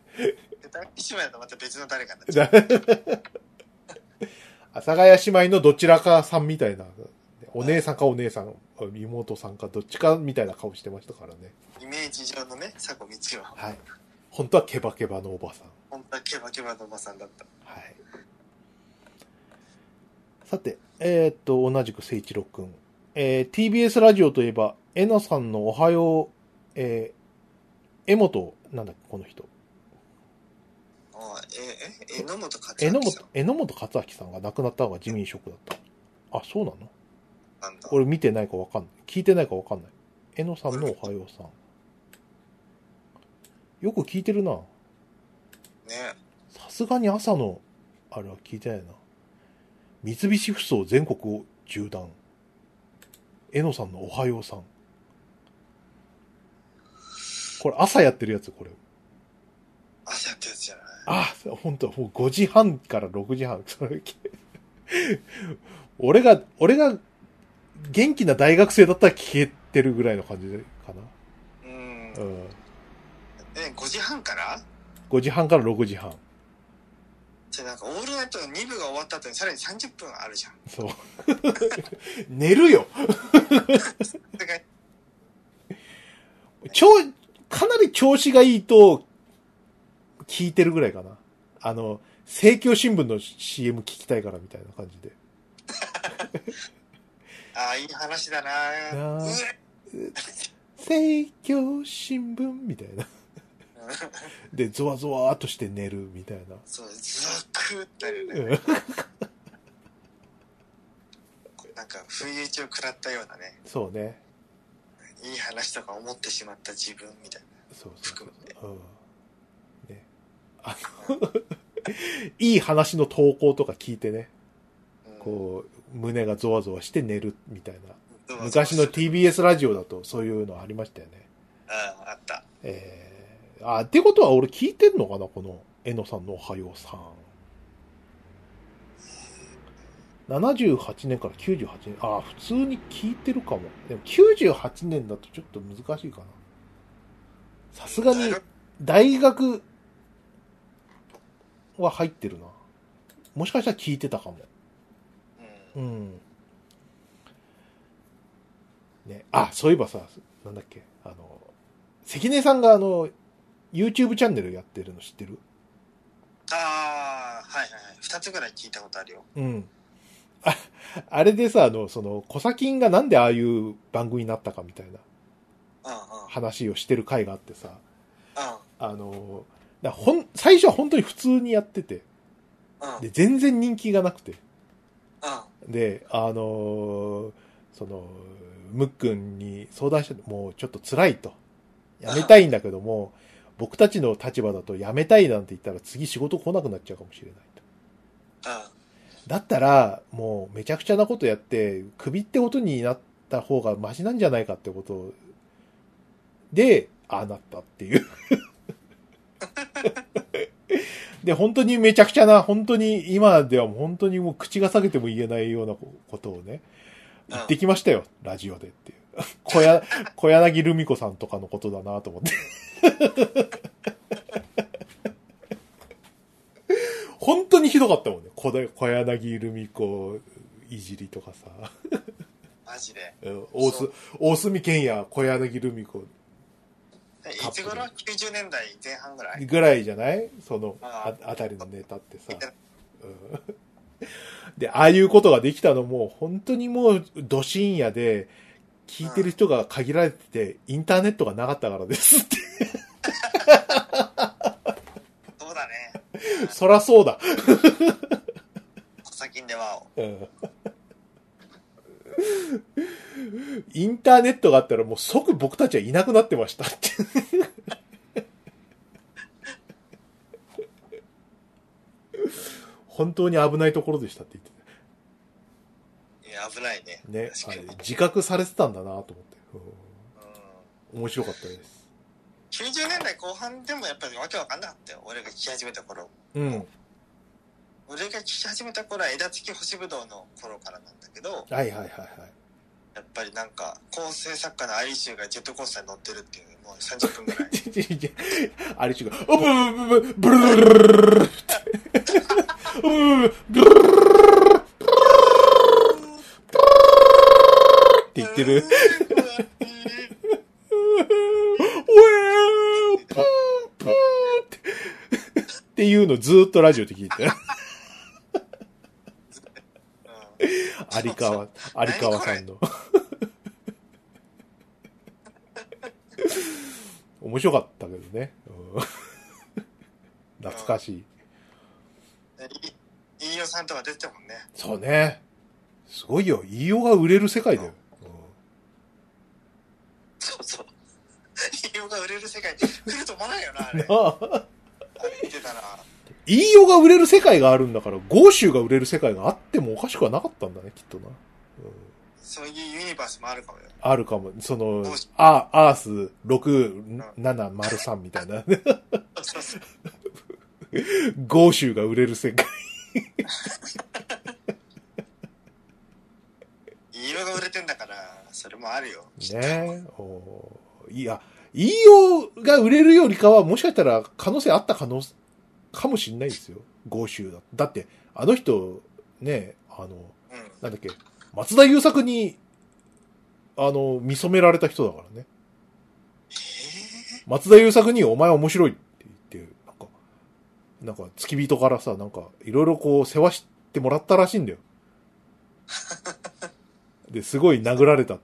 世田谷姉妹だとまた別の誰かになっちじゃうゃ阿佐ヶ谷姉妹のどちらかさんみたいな、お姉さんかお姉さん、妹さんかどっちかみたいな顔してましたからね。イメージ上のね坂道夫ははい。本当はケバケバのおばさん。本当はケバケバのおばさんだったはい。さて、えーっと、同じく聖一郎くん。えー TBS ラジオといえば、えなさんのおはよう、えー、えもと、なんだっけ、この人。あえええ榎本勝えの明もさと、えのもと勝明さんが亡くなったのが地味にショックだった。あ、そうなのんなんだ俺見てないかわかんない。聞いてないかわかんない。えのさんのおはようさん。よく聞いてるな。ねさすがに朝の、あれは聞いてないな。三菱ふそう全国を縦断。えのさんのおはようさん。これ朝やってるやつ、これ。朝やってるやつじゃないあ、本当もう5時半から6時半。それ俺が、俺が元気な大学生だったら聞けてるぐらいの感じかうんな。うん。え5時半から5時半から6時半。じゃあなんかオールナイトの2部が終わった後にさらに30分あるじゃんそう。寝るよだから超、かなり調子がいいと、聞いてるぐらいかな。あの、政教新聞の CM 聞きたいからみたいな感じで。ああいい話だななうあ政教新聞みたい <laughs> えな。で、ゾワゾワーっとして寝るみたいな。そうズワクってなるよねうんなんか不意打ちを食らったようなねそうね。いい話とか思ってしまった自分みたいそうそう含めてそう。うん。ね。あの、いい話の投稿とか聞いてね、な、うんこう、胸がゾワゾワして寝るみたいそうそうな。昔の TBS ラジオだとそういうのありましたよね。あああったえー、あ、ってことは俺聞いてんのかなこの、えのさんのおはようさん。78年から98年。あ、普通に聞いてるかも。でも98年だとちょっと難しいかな。さすがに大学は入ってるな。もしかしたら聞いてたかも。ううんん。ね、あ、そういえばさ、なんだっけ、あの、関根さんがあの、YouTube チャンネルやってるの知ってるああはいはいはい2つぐらい聞いたことあるようん。あ、あれでさ、あの、その、小サキンがなんでああいう番組になったかみたいなうんうん話をしてる回があってさ、うあの、だほん、最初は本当に普通にやってて、んうんで、全然人気がなくて。うんで、あのーその、ムックンに相談して、もうちょっと辛いと。辞めたいんだけども、僕たちの立場だと辞めたいなんて言ったら次仕事来なくなっちゃうかもしれないと。うだったら、もうめちゃくちゃなことやって、クビってことになった方がマシなんじゃないかってことで、ああなったっていう。で、本当にめちゃくちゃな、本当に今ではもう本当にもう口が裂けても言えないようなことをね、ん行ってきましたよ、ラジオでっていう。 <laughs> 小や、小柳ルミ子さんとかのことだなと思って。 <laughs> 本当にひどかったもんね。小だ小柳ルミ子いじりとかさ。マジで。うん大そ須う、大隅健也、小柳ルミ子でいカップつ頃 ?90 年代前半ぐらいぐらいじゃないそのああ、あたりのネタってさ。うんで、ああいうことができたのも、本当にもう、ど深夜で、聞いてる人が限られてて、インターネットがなかったからですって。そうだね。そらそうだ。小崎では、うんインターネットがあったらもう即僕たちはいなくなってましたって。本当に危ないところでしたって言ってた。いや、危ないね。ね、あ確れかに自覚されてたんだなと思って、うんうん面白かったです。 90年代後半でもやっぱりわけわかんなかったよ。俺が聞き始めた頃。うん。俺が聞き始めた頃は枝付き干しぶどうの頃からなんだけど、はいはいはいはい。やっぱりなんか、構成作家のアイシューがジェットコースターに乗ってるっていう、もう30分ぐらい。ちちちあれ違う。おぶぶぶぶぶぶぶぶぶって。おぶぶぶぶぶって言ってる。おえーぷーぷーって。っていうのずーっとラジオで聞いて。うん有川、有川さんの。面白かったけどね。うん懐かしい。い飯尾さんとか出てたもんね。そうね。すごいよ。飯尾が売れる世界だよ。そうそう。飯尾が売れる世界に来ると思わないよな、あれ。あああれ見てたら。 <laughs> 飯尾が売れる世界があるんだから、ゴーシュが売れる世界があってもおかしくはなかったんだね、きっとな。うんそういうユニバースもあるかもよ。あるかも。そのゴーシ、あ、アース6703みたいな。 <laughs> そうそうゴーシュが売れる世界。飯尾が売れてんだから、それもあるよ。ねおーいや、飯尾が売れるよりかは、もしかしたら可能性あった可能、かもしんないですよ。ゴーシュだ。だって、あの人、ね、あうの、ん。なんだっけ、松田優作に、あの、見初められた人だからね。え松田優作に、お前面白いって言って、なんか、なんか、付き人からさ、なんか、いろいろこう、世話してもらったらしいんだよ。で、すごい殴られた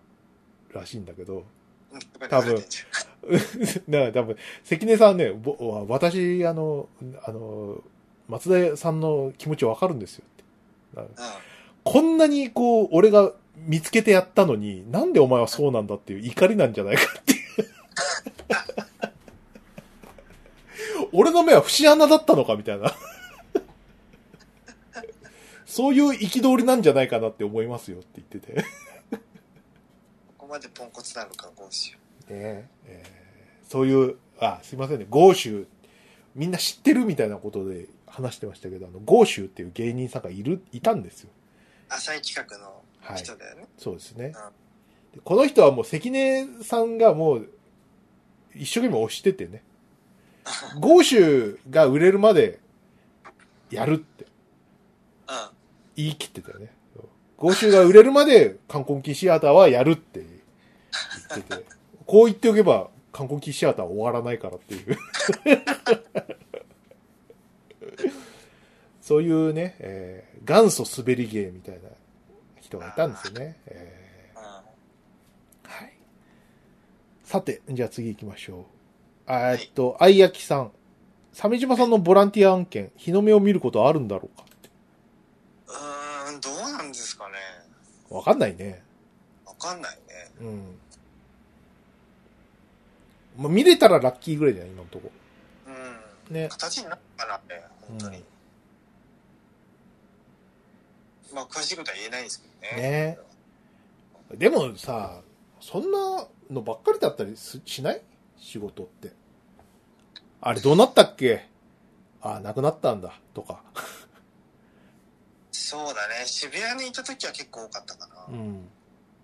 らしいんだけど、 <laughs> ー、多分だから多分、関根さんね、ぼ私、あの、あの、松田さんの気持ちわかるんですよって。うこんなにこう、俺が見つけてやったのに、なんでお前はそうなんだっていう怒りなんじゃないかっていう。俺の目は節穴だったのかみたいな。そういう憤りなんじゃないかなって思いますよって言ってて。ねん。ここまでポンコツなのか、ゴーシュ。ええーそういう、あ、すいませんね、ゴーシュ、みんな知ってるみたいなことで話してましたけど、あの、ゴーシュっていう芸人さんがいる、いたんですよ。浅い企画のはい。人だよね。そうですねあ。でこの人はもう関根さんがもう一生懸命押しててね。ゴーシュが売れるまでやるって言い切ってたよね。ゴーシュが売れるまで観光機シアターはやるって言ってて。こう言っておけば観光機シアターは終わらないからっていう。 <laughs> そういうね、えー元祖滑り芸みたいな人がいたんですよね。えーうん。うん。はい。さて、じゃあ次行きましょう。あえっと、あいやきさん。鮫島さんのボランティア案件、日の目を見ることあるんだろうかうーん、どうなんですかね。わかんないね。わかんないね。うん。まあ、見れたらラッキーぐらいだよ、今のとこ。うん。ね。形になったかな、ね、本当に。まあ、詳しいことは言えないですけどね。ねでもさ、そんなのばっかりだったりすしない仕事って。あれどうなったっけあ、なくなったんだ、とか。そうだね。渋谷にいた時は結構多かったかな。うん。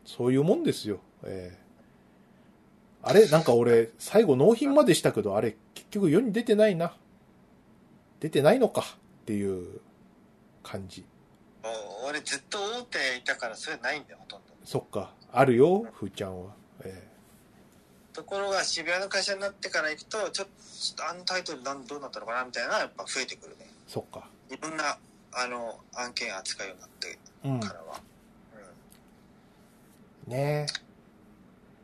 そういうもんですよ。ええあれなんか俺、最後納品までしたけど、あれ、結局世に出てないな。出てないのかっていう感じ。もう俺ずっと大手いたからそれないんだよほとんどそっか。あるよ、ふーちゃんは。えところが渋谷の会社になってから行くとちょっとあのタイトルなんどうなったのかなみたいなやっぱ増えてくるねえそっか。いろんなあの案件扱うようになってうん。からは、ねえ。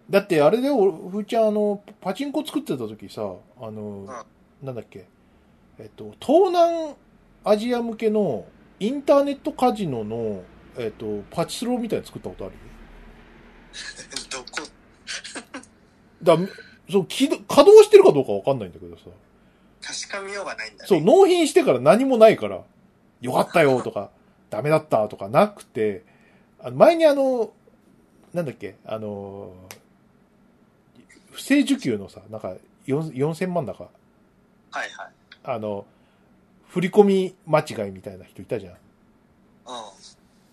だってあれで俺、ふーちゃん、あの、パチンコ作ってた時さ、あの、なんだっけ、えっと、東南アジア向けのインターネットカジノの、えっと、パチスローみたいなの作ったことあるようん、どこだそう、起動稼働してるかどうかわかんないんだけどさ。確かめようがないんだねそう、納品してから何もないから、よかったよとか、 <laughs> ダメだったとかなくて、あの前にあの、なんだっけ、あの、不正受給のさ、なんか、4 4000万だか、はいはいあの、振り込み間違いみたいな人いたじゃん。う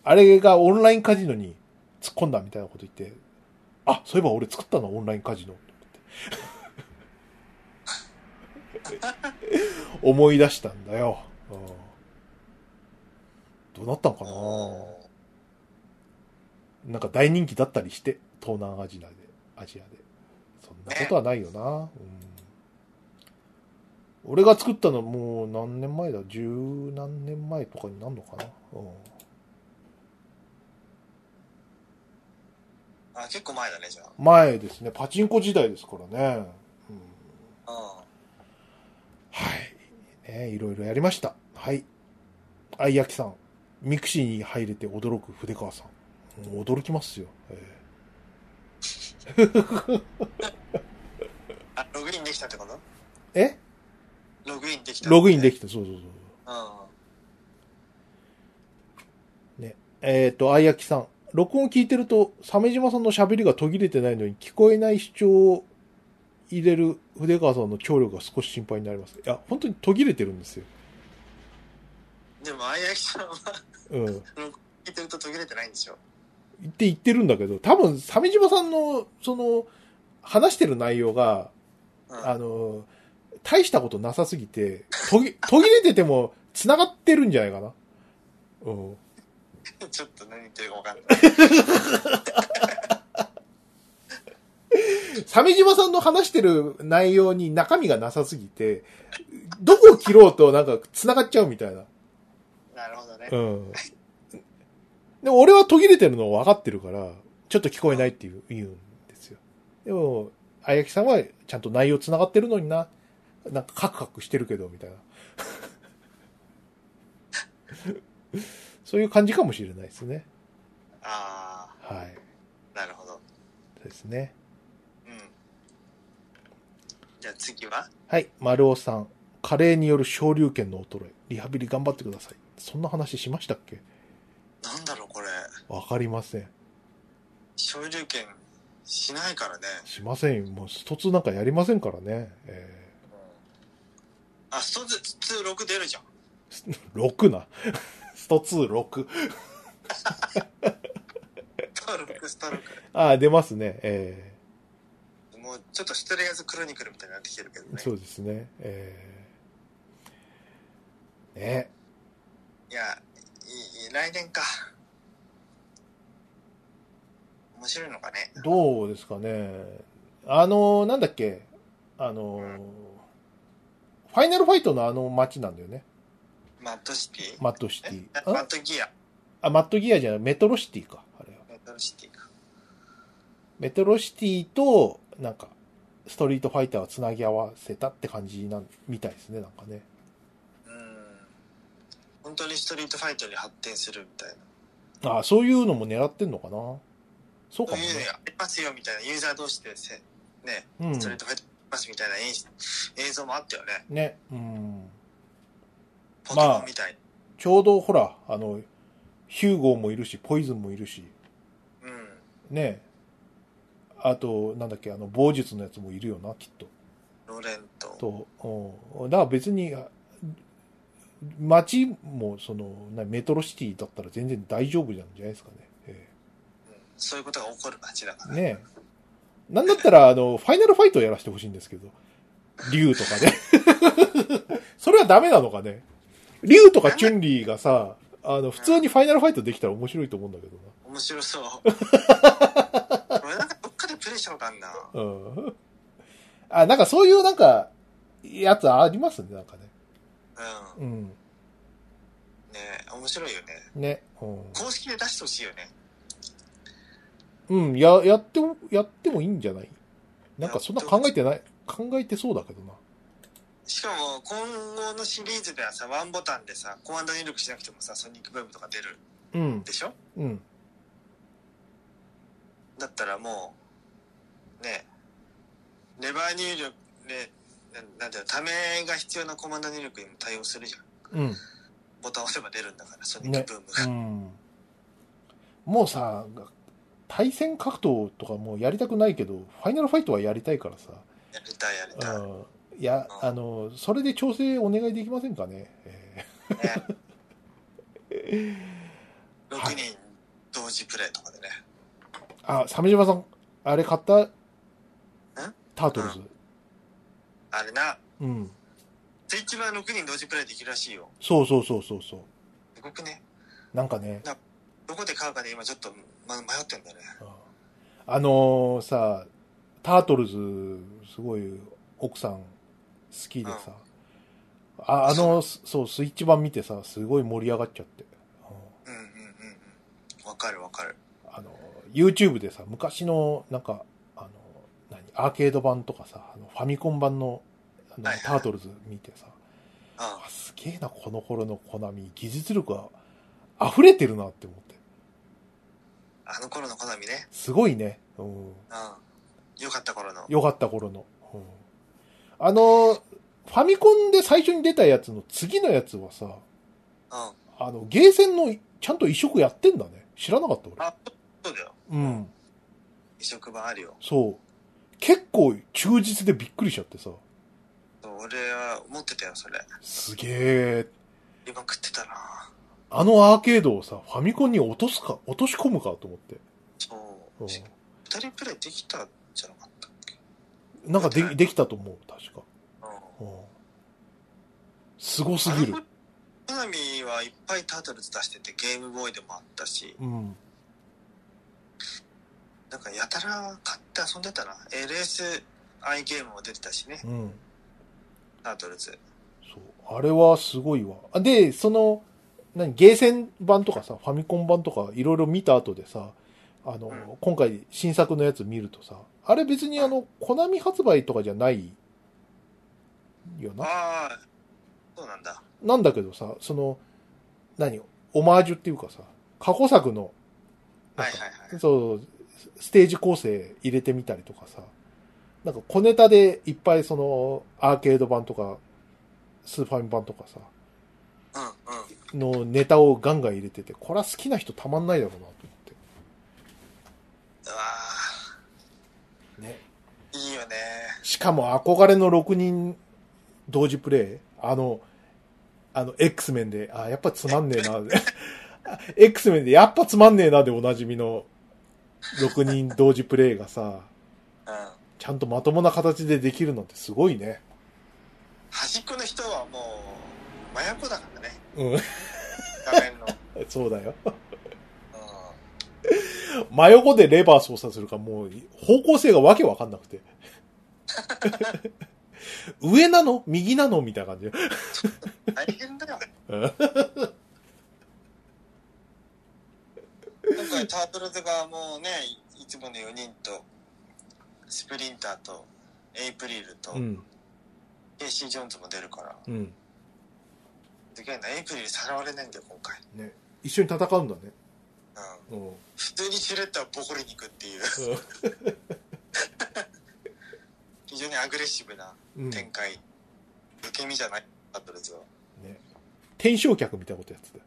あれがオンラインカジノに突っ込んだみたいなこと言って、あ、そういえば俺作ったのオンラインカジノ。思い出したんだよ。うんどうなったのかんなおなんか大人気だったりして、東南アジアで、アジアで。そんなことはないよな。うん、俺が作ったのもう何年前だ十何年前とかになるのかな、うん、ーあ結構前だねじゃ前ですね。パチンコ時代ですからね。うん、あはい。ね、いろいろやりました。はい。愛焼さん。ミクシーに入れて驚く筆川さん。もう驚きますよ。えうんあログインできたってことーえログインできたログインでききた。そうそうそう。たうんえっ、と、愛焼さん。録音聞いてると、鮫島さんの喋りが途切れてないのに、聞こえない主張を入れる筆川さんの聴力が少し心配になります。いや、本当に途切れてるんですよ。でもあやきさんはうん。聞いてると途切れてないんでしょ言って言ってるんだけど、多分、鮫島さんの、その、話してる内容が、うんあの、大したことなさすぎて、途切 <laughs> 途切れてても繋がってるんじゃないかな。うん。 <laughs> ちょっと何言ってるか分かんない鮫島さんの話してる内容に中身がなさすぎて、どこを切ろうとなんか繋がっちゃうみたいな。なるほどねうん。でも俺は途切れてるの分かってるから、ちょっと聞こえないっていう言うんですよ。でも、あやきさんはちゃんと内容繋がってるのにな。なんかカクカクしてるけど、みたいな。 <laughs> そういう感じかもしれないですね。あはい。あなるほどそうですね。うんじゃあ次ははい。丸尾さん。加齢による昇竜拳の衰え。リハビリ頑張ってください。そんな話しましたっけなんだろうこれわかりません。昇竜拳しないからね、しませんよ。もうスト2なんかやりませんからね。えあスト2 6出るじゃんー、6な。 <laughs> スト26。スト6スト6ああ、出ますね。えもうちょっとストレイヤーズクロニクルみたいになってきてるけどー、ねそうですね。えー、ねいやいい来年か面白いのかねどうですかね。あのー、なんだっけ。あのー、ファイナルファイトのあの街なんだよね。マッドシティマットシテえィ。マあッドギアあ、マットギアじゃない、メトロシティか。あれは。マッドシティかメトロシティと、なんか、ストリートファイターをつなぎ合わせたって感じなん、みたいですね、なんかね。うん本当にストリートファイトに発展するみたいなああ、そういうのも狙ってんのかな。そうかそうもねいうの。やりますよみたいなユーザー同士でせね、うんストリートファイトやりますみたいな演出映像もあったよねね。うん。ポケモンみたいちょうどほら、あの、ヒューゴーもいるし、ポイズンもいるし、な、うんね。あと、なんだっけ、あの、棒術のやつもいるよな、きっと。ロレントと、うん、だから別に、あ街も、その、なメトロシティだったら全然大丈夫なんじゃないですかね。ええうんそういうことが起こる街だから。ねえ。なんだったら、あの、ファイナルファイトをやらせてほしいんですけど。竜とかね。 <laughs> それはダメなのかね。竜とかチュンリーがさ、あの、普通にファイナルファイトできたら面白いと思うんだけど面白そう。俺なんかどっかでプレイしたことあんな。な。うん。あ、なんかそういうなんか、やつありますね、なんかね。ううん。ん。ね面白いよね。ね。うん公式で出してほしいよね。うん、や、やっても、やってもいいんじゃないなんかそんな考えてない、考えてそうだけどな。しかも、今後のシリーズではさ、ワンボタンでさ、コマンド入力しなくてもさ、ソニックブームとか出るうん、でしょうん。だったらもう、ねレバー入力、ね、ななんていうの、ためが必要なコマンド入力にも対応するじゃん。うん。ボタン押せば出るんだから、ソニックブームが。うん。もうさ、対戦格闘とかもうやりたくないけど、ファイナルファイトはやりたいからさ。やれた、やれた。ねうん。いや、あの、それで調整お願いできませんかね。え6人同時プレイとかでね。ーあ、鮫島さん、あれ買ったタートルズ。あれな、うん。スイッチ版6人同時プレイできるらしいよ。そうそうそうそうそう。すごくね。なんかね、どこで買うかで今ちょっと、ま、迷ってんだよね。あのーさ、タートルズ、すごい奥さん好きでさ、ああの、すそう、スイッチ版見てさ、すごい盛り上がっちゃって。うんうんうんうんうん。わかるわかる。あの、YouTube でさ、昔の、なんか、あの、何、アーケード版とかさ、あのファミコン版の、あのはいはいタートルズ見てさ、ああ、すげえな、この頃のコナミ、技術力が溢れてるなって思って。あの頃の好みね。すごいね。うんうん。よかった頃の。良かった頃の。うんあの、ファミコンで最初に出たやつの次のやつはさ、うん。あの、ゲーセンのちゃんと移植やってんだね。知らなかった俺。あ、そうだよ。うん。移植版あるよ。そう。結構忠実でびっくりしちゃってさ、そう俺は持ってたよ、それ。すげえ。今食ってたなあのアーケードをさ、ファミコンに落とすか、落とし込むかと思って。そう。しう二人プレイできたんじゃなかったっけん、なんかでできたと思う、確か。う。うんん、すごすぎる。好みはいっぱいタートルズ出してて、ゲームボーイでもあったし、うん。なんかやたら買って遊んでたな。LSI ゲームも出てたしね、うん。タートルズ。そう。あれはすごいわ。あで、その、何、ゲーセン版とかさ、ファミコン版とかいろいろ見た後でさ、あの、うん今回新作のやつ見るとさ、あれ別にあの、コナミ発売とかじゃないよな。ああ、そうなんだ。なんだけどさ、その、何、オマージュっていうかさ、過去作の、なはんいかはいはい。そう、ステージ構成入れてみたりとかさ、なんか小ネタでいっぱいその、アーケード版とか、スーファミ版とかさ、うんうん。のネタをガンガン入れてて、これは好きな人たまんないだろうなとうわあ思って。ね。いいよね。しかも憧れの6人同時プレイ、あの、あの、X メンで、あ、やっぱつまんねえな。X メンで、やっぱつまんねえなでおなじみの6人同時プレイがさ、うん。ちゃんとまともな形でできるなんてすごいね。端っこの人はもう、麻薬だからね。うん、画面の。うん。そうだよ。真横でレバー操作するかもう方向性がわけわかんなくて。上なの右なのみたいな感じで。大変だよ。うん今回タートルズがもうね、いいつもの4人と、スプリンターと、エイプリルと、うん。ケイシー・ジョーンズも出るから。うん。すげえな、エイプリルさらわれないんだよ、今回。ね。一緒に戦うんだね。うん。うん。普通にシュレッダーをボコりに行くっていう、 <laughs> 非常にアグレッシブなうん。展開。受け身じゃない、タートルズは。ね。転生客みたいなことやって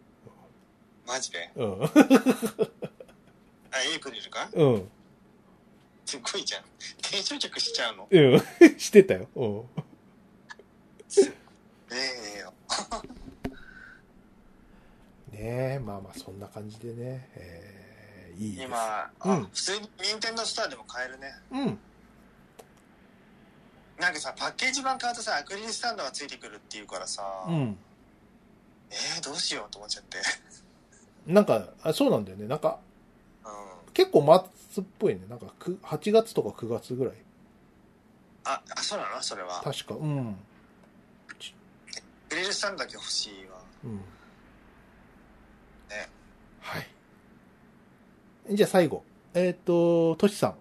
マジでたよ。あ、エイプリルかうん。うん。すごいじゃん。転職着しちゃうの。うん。 <laughs> してたよ。うん。ええよ。ねえ、まあまあそんな感じでね、えいいです。今、あうん普通に任天堂ストアでも買えるねうん。なんかさパッケージ版買うとさアクリルスタンドがついてくるっていうからさ、うん。えー、どうしようと思っちゃってなんか、あそうなんだよね。なんか、うん結構末っぽいね。なんか、く8月とか9月ぐらい。ああそうなのそれはア確か。うん。クリルスタンドだけ欲しいわうん。ねはい。じゃあ最後。えっ、と、としさん。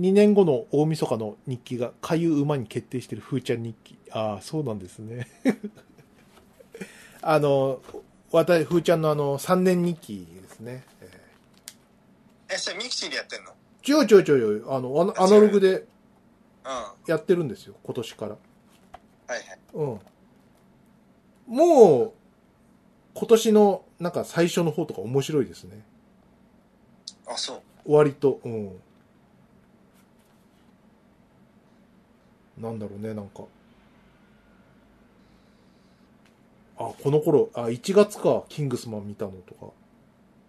2年後の大晦日の日記が、かゆう馬に決定してる風ちゃん日記。ああ、そうなんですね。 <laughs> あの、私、風ちゃんのあの、3年日記ですね。えーえそれミクシーでやってんのちょいちょいちょいちょい、あの、アナアナログでうんはやってるんですよ、今年から。いはいうん。もう、今年の、なんか最初の方とか面白いですね。あそう割と、うん。なんだろうね、なんか。あ、この頃、あ、1月か、キングスマン見たのとか。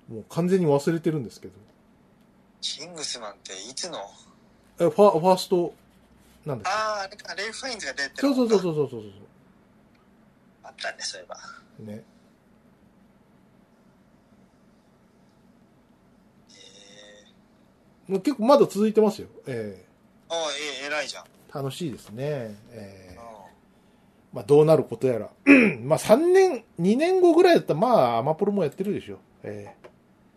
もう完全に忘れてるんですけど。キングスマンっていつのえ、ファファースト、なんだっあああれかレイ・ファインズが出てけるそうそうそううそうそうそうそう。あったねそういえばね。えー、もう結構まだ続いてますよ。えああええ偉いじゃんえ楽しいですね。ええうまあどうなることやら。 <clears throat> うんまあ3年、2年後ぐらいだったらまあアマプロもやってるでしょ。え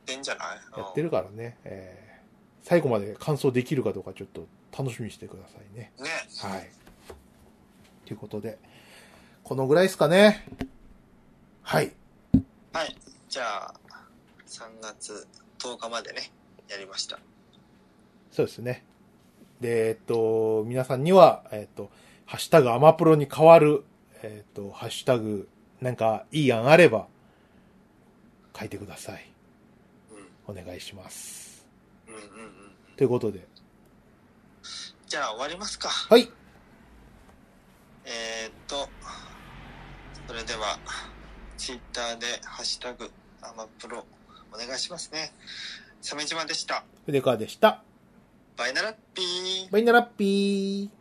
えんでんじゃないやってるからね。ええ最後まで完走できるかどうかちょっと楽しみにしてくださいね。うんねはい。ということで、このぐらいですかね。はい。はいじゃあ3月10日までねやりましたそうですね。で、えっと、皆さんには、えっと、ハッシュタグアマプロに変わる、えっと、ハッシュタグ、なんかいい案あれば、書いてください。うお願いします。んうんうんうんということで、じゃあ終わりますかはい。えーっと、それでは、ツイッターで、ハッシュタグ、アマプロ、お願いしますね。鮫島でした。筆川でした。バイナラッピー。バイナラッピー。